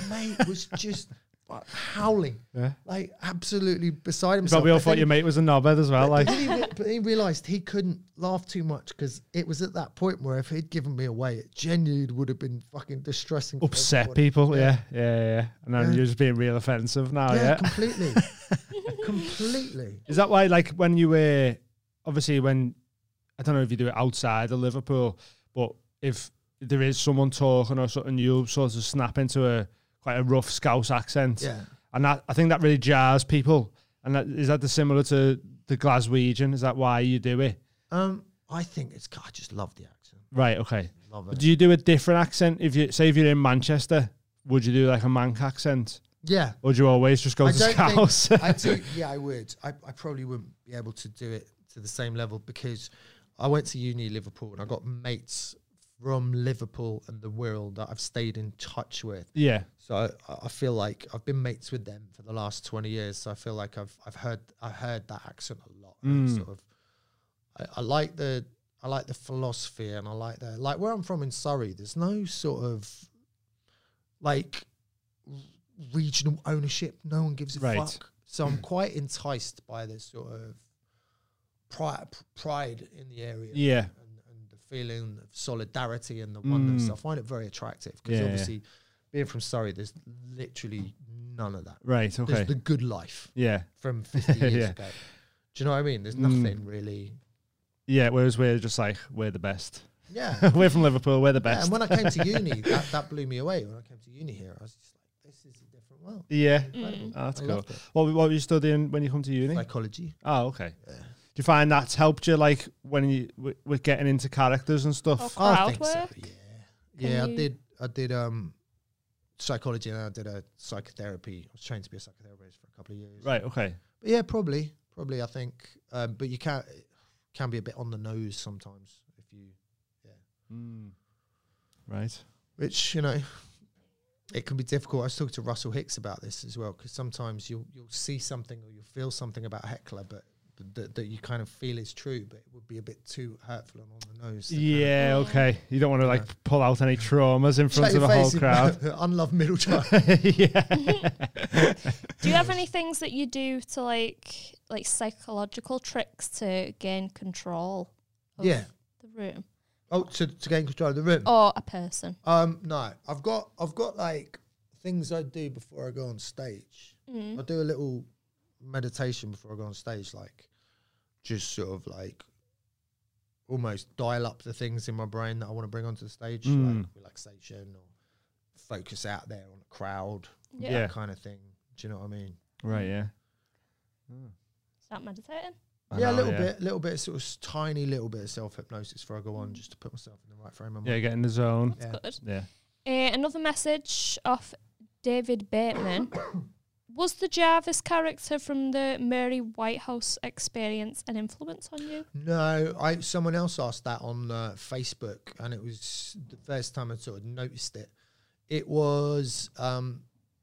My mate was just like, howling. Yeah. Like, absolutely beside himself. Probably all But thought then- your mate was a knobhead as well. Like, But he, re- but he realized he couldn't laugh too much because it was at that point where if he'd given me away, it genuinely would have been fucking distressing. for upset everybody. people. Yeah, yeah, yeah. yeah. And then you're just being real offensive now. Yeah, Oh, Yeah. completely. completely. Is that why, like, when you were obviously when I don't know if you do it outside of Liverpool, but if there is someone talking or something, you'll sort of snap into a quite a rough Scouse accent. Yeah. And that, I think that really jars people. And that, is that the similar to the Glaswegian? Is that why you do it? Um, I think it's. I just love the accent. Right. Okay. Love But it. do you do a different accent if you say if you're in Manchester? Would you do like a Manc accent? Yeah. Or do you always just go I to don't Scouse? think. I do. Yeah, I would. I, I probably wouldn't be able to do it to the same level because I went to uni in Liverpool and I got mates from Liverpool and the world that I've stayed in touch with. Yeah. So I, I feel like I've been mates with them for the last twenty years. So I feel like I've I've heard I heard that accent a lot. and Mm. Sort of, I, I like the I like the philosophy and I like the like where I'm from in Surrey. There's no sort of like r- regional ownership. No one gives a Right. fuck. So I'm quite enticed by this sort of pride pride in the area Yeah. and, and the feeling of solidarity and the oneness. Mm. I find it very attractive because Yeah, yeah. obviously, being from Surrey, there's literally none of that. Right. Okay. There's the good life yeah. from 50 years Yeah. ago. Do you know what I mean? There's Mm. nothing really. Yeah. Whereas we're just like we're the best. Yeah. we're from Liverpool. We're the yeah. best. And when I came to uni, that, that blew me away. When I came to uni here, I was just like, this is a different world. Yeah. Mm. Incredible. Oh, that's I cool. loved it. What, what were you studying when you come to uni? Psychology. oh, okay. Do you find that's helped you, like when you with, with getting into characters and stuff? Okay. I Crowd think so, work? Yeah. Can yeah, I you- did. I did um, psychology and I did a psychotherapy. I was trained to be a psychotherapist for a couple of years. Right. Okay. But yeah, probably, probably. I think, um, but you can can be a bit on the nose sometimes if you, Mm. Right. which you know, it can be difficult. I was talking to Russell Hicks about this as well because sometimes you'll you'll see something or you'll feel something about a heckler, but that, that you kind of feel is true, but it would be a bit too hurtful and on the nose. to kind of Yeah. Yeah. Okay. You don't want to like Yeah. pull out any traumas in Shut front of a your whole face in- crowd. Unloved middle child. yeah. Do you have any things that you do to like like psychological tricks to gain control of Yeah. the room Oh, to, to gain control of the Mm. room. or a person? Um, no, I've got I've got like things I do before I go on stage. Mm. Mm. I do a little meditation before I go on stage, like just sort of like almost dial up the things in my brain that I want to bring onto the stage, like Mm. relaxation or focus out there on a crowd, Yeah. Yeah. that kind of thing. Do you know what I mean? Right. Yeah. Is that meditating? I yeah, a know, little bit, little bit, of sort of s- tiny little bit of self hypnosis before I go on, just to put myself in the right frame of Mm. Yeah. mind. Get in the zone. That's Yeah. good. Yeah. Uh, another message off David Bateman. Was the Jarvis character from the Mary Whitehouse experience an influence on you? No, I someone else asked that on uh, Facebook, and it was the first time I sort of noticed it. It was um,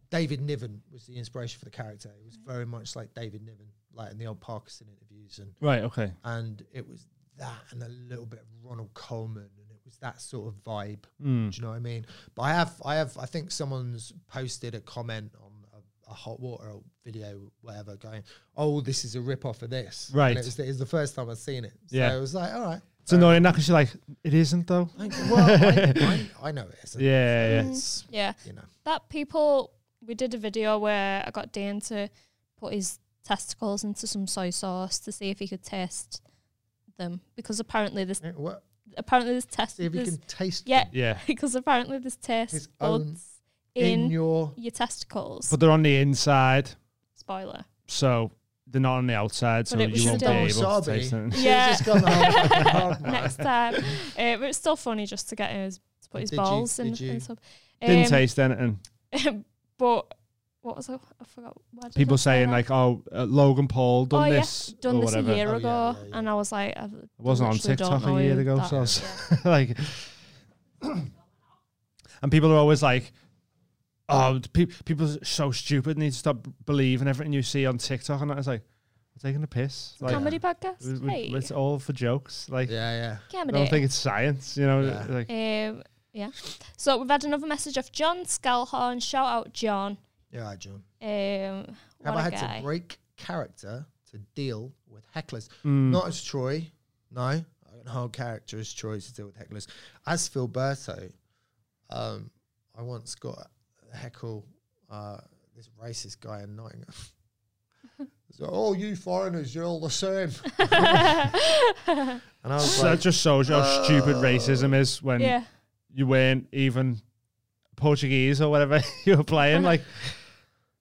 David Niven was the inspiration for the character. It was very much like David Niven, like in the old Parkinson interviews, and Right. Okay. and it was that and a little bit of Ronald Coleman, and it was that sort of vibe. Mm. Do you know what I mean? But I have, I have, I think someone's posted a comment on a, a hot water video, whatever, going, "Oh, this is a rip off of this." Right. And it was, the- it was the first time I'd seen it. So Yeah. yeah. It was like, all right. It's annoying that because you're like, it isn't though. Thank you. Well, I, I, I know it isn't. Yeah. Mm. Yeah. It's, Yeah. you know. That people, we did a video where I got Dan to put his testicles into some soy sauce to see if he could taste them because apparently this eh, What? apparently this test See if you this- can taste yeah Yeah. because apparently this His taste own buds in, in, your, your. testicles. But they're on the inside, Spoiler. so they're not on the outside, so But it was you won't be still- able Wasabi. to taste them. Yeah. It's just gone, oh, God, man. Next time, uh, but it's still funny just to get his to put his Did you- balls in did the you- in the tub. Didn't taste anything. Um, but what was I? I forgot. why did I People say saying that? like, "Oh, uh, Logan Paul done Oh, yeah, this done or this whatever." a year Oh, yeah, ago, yeah, yeah. and I was like, I I wasn't on literally don't TikTok know a year who ago, that so I is. was like, and people are always like, "Oh, pe- people are so stupid. Need to stop believing everything you see on TikTok." And I was like, "I'm taking a piss. Like, comedy we- podcast. we- Hey, it's all for jokes. Like, Yeah, yeah. I comedy. don't think it's science. You know, Yeah. like." um, yeah. So we've had another message of John Scalhorn. Shout out John. Yeah, all right, John. Um, Have what I a had guy. to break character to deal with hecklers? mm. Not as Troy. No, I got the whole character as Troy to deal with hecklers. As Philberto, um, I once got a heckle uh, this racist guy in Nottingham. He's like, oh, you foreigners, you're all the same. and I was So that like, just shows you how Uh, stupid racism is when yeah. you weren't even Portuguese or whatever you were playing. Like,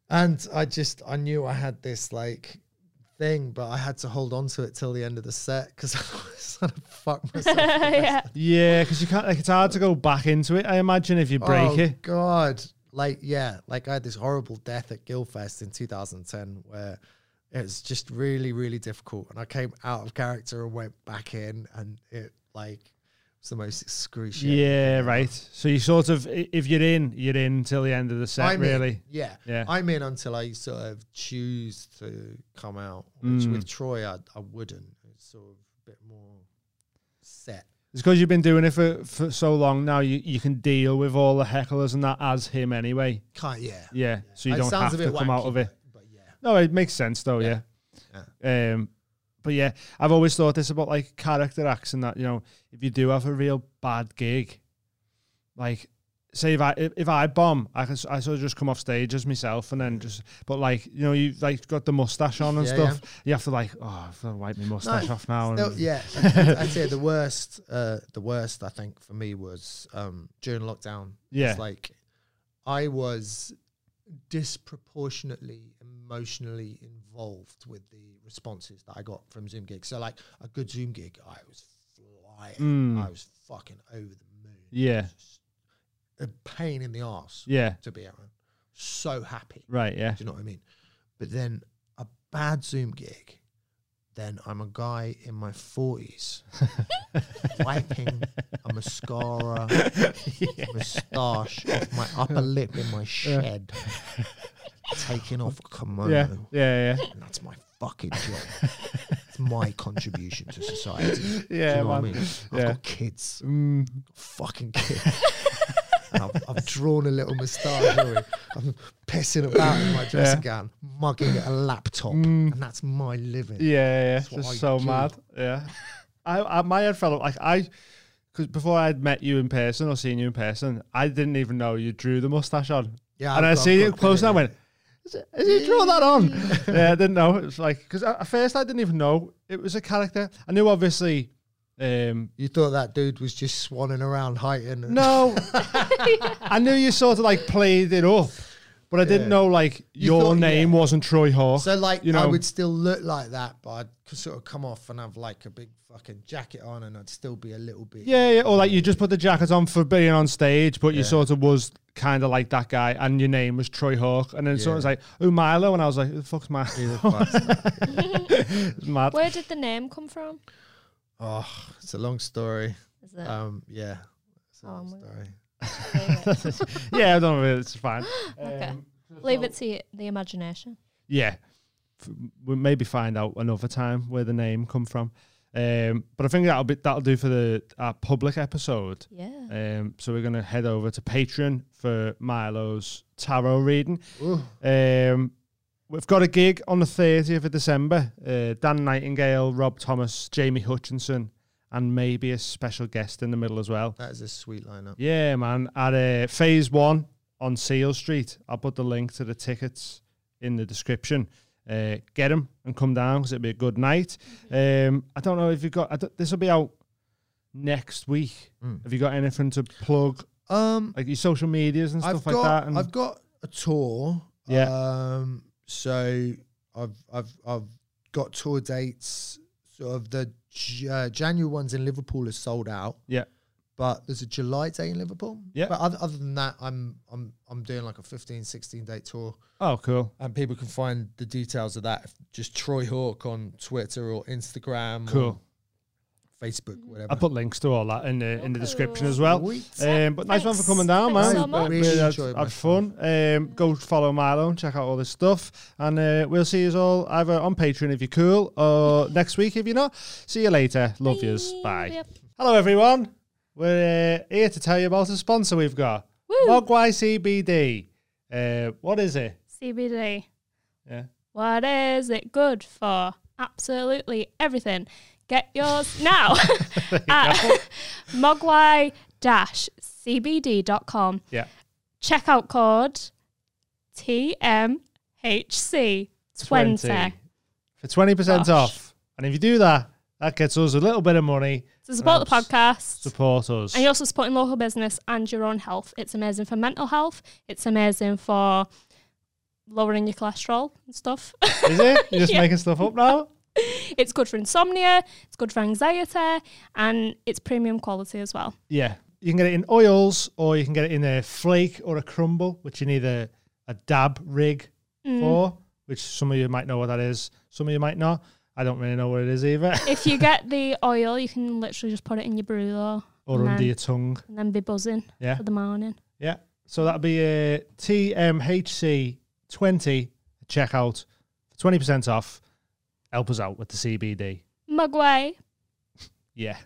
and I just, I knew I had this like thing, but I had to hold on to it till the end of the set because I was trying to fuck myself. yeah. yeah, because you can't. Like, it's hard to go back into it. I imagine if you break oh, it. God. Like, yeah, like I had this horrible death at Guildfest in 2010 where it was just really, really difficult. And I came out of character and went back in and it like It's the most excruciating. Yeah, right. So you sort of, i- if you're in, you're in till the end of the set, I'm in, really. yeah. Yeah. I'm in until I sort of choose to come out. Which Mm. with Troy, I, I wouldn't. It's sort of a bit more set. It's because you've been doing it for, for so long now, you, you can deal with all the hecklers and that as him anyway. Can't, yeah. Yeah. So you It don't sounds have a to bit come out wacky, of it. But, but yeah. No, it makes sense though. Yeah. Um, but yeah, I've always thought this about like character acts and that you know if you do have a real bad gig, like say if I if, if I bomb, I can s- I sort of just come off stage as myself and then just but like you know you have like got the mustache on and Yeah, stuff, you have to like oh I've got to wipe my mustache off now. No, and, yeah, I'd say the worst. Uh, the worst I think for me was um, during lockdown. Yeah. it's like I was disproportionately emotionally involved with the responses that I got from Zoom gigs. So like a good Zoom gig, I was flying. Mm. I was fucking over the moon. Yeah. Just a pain in the ass yeah, to be around. So happy. right, yeah, Do you know what I mean? But then a bad Zoom gig, then I'm a guy in my 40s wiping a mascara, moustache off my upper lip in my shed, taking off a kimono. yeah, yeah, yeah, And that's my fucking job. it's my contribution to society. Do yeah, you know man. what I mean? I've Yeah. got kids. Mm, Fucking kids. And I've, I've drawn a little moustache. already. I'm pissing about in my dressing gown, mugging at a laptop, and that's my living. Mm. Yeah, yeah, yeah. what just I so do. mad. Yeah, I, I my head fell off. Like I, because before I had met you in person or seen you in person, I didn't even know you drew the mustache on. Yeah, and I've I got- see I've you got close, and I plenty. went, "Is it- "Is he draw that on?" yeah, I didn't know. It was like because at first I didn't even know it was a character. I knew obviously. Um, You thought that dude was just swanning around heighting. and- no, I knew you sort of like played it up, but I didn't Yeah. know like your thought- name wasn't Troy Hawk. So like, you know, I would still look like that, but I'd c- sort of come off and have like a big fucking jacket on, and I'd still be a little bit. Yeah, yeah, or like you just put the jacket on for being on stage, but you sort of was kind of like that guy, and your name was Troy Hawk, and then someone's like, "Oh, Milo," and I was like, "Who the fuck's Milo?" it's mad. Where did the name come from? Oh, it's a long story. Is Uh, it? Um, yeah, it's a Oh, long my- story. Leave it. yeah, I don't know. It's fine. Okay. Um, Leave it to y- the imagination. yeah, F- we'll maybe find out another time where the name come from. Um, but I think that'll be that'll do for the our public episode. Yeah. Um, so we're gonna head over to Patreon for Milo's tarot reading. Ooh. Um, we've got a gig on the 30th of December. Uh, Dan Nightingale, Rob Thomas, Jamie Hutchinson, and maybe a special guest in the middle as well. That is a sweet lineup. Yeah, man. At uh, Phase One on Seal Street. I'll put the link to the tickets in the description. Uh, get them and come down because it'll be a good night. Mm-hmm. Um, I don't know if you've got. I don't- This will be out next week. Mm. Have you got anything to plug, Um, like your social medias and I've stuff got like that? And I've got a tour. Yeah. Um, so I've I've I've got tour dates. Sort of the J- uh, January ones in Liverpool are sold out. Yeah. But there's a July day in Liverpool. Yeah. But other, other than that, I'm I'm I'm doing like a 15, 16 day tour, oh, cool, and people can find the details of that. If just Troy Hawk on Twitter or Instagram, cool. or Facebook, whatever. I'll put links to all that in the in the description as Cool. well. Sweet. Um, but nice one for Thanks. coming down, Thanks man. so much. Really had, had enjoyed myself. fun. Um, go follow Milo and check out all this stuff. And uh, we'll see you all either on Patreon if you're cool or next week if you're not. See you later. Love yous. Bye. Yep. Hello, everyone. We're uh, here to tell you about a sponsor we've got Woo. Mogwai CBD. Uh, what is it? CBD. Yeah. What is it good for? Absolutely everything. Get yours now at mogwai-cbd.com. Yeah. Checkout code TMHC20. 20. For 20% Gosh. off. And if you do that, that gets us a little bit of money. So support the Helps. podcast. Support us. And you're also supporting local business and your own health. It's amazing for mental health. It's amazing for lowering your cholesterol and stuff. Is it? You're just Yeah. making stuff up now? it's good for insomnia. It's good for anxiety, and it's premium quality as well. Yeah. You can get it in oils or you can get it in a flake or a crumble, which you need a, a dab rig for, which some of you might know what that is. Some of you might not. I don't really know what it is either. If you get the oil, you can literally just put it in your brew though. or Man. under your tongue. and then be buzzing Yeah. for the morning. Yeah. So that'll be uh, a TMHC 20 checkout, 20% off. Help us out with the CBD. Mugway. Yeah.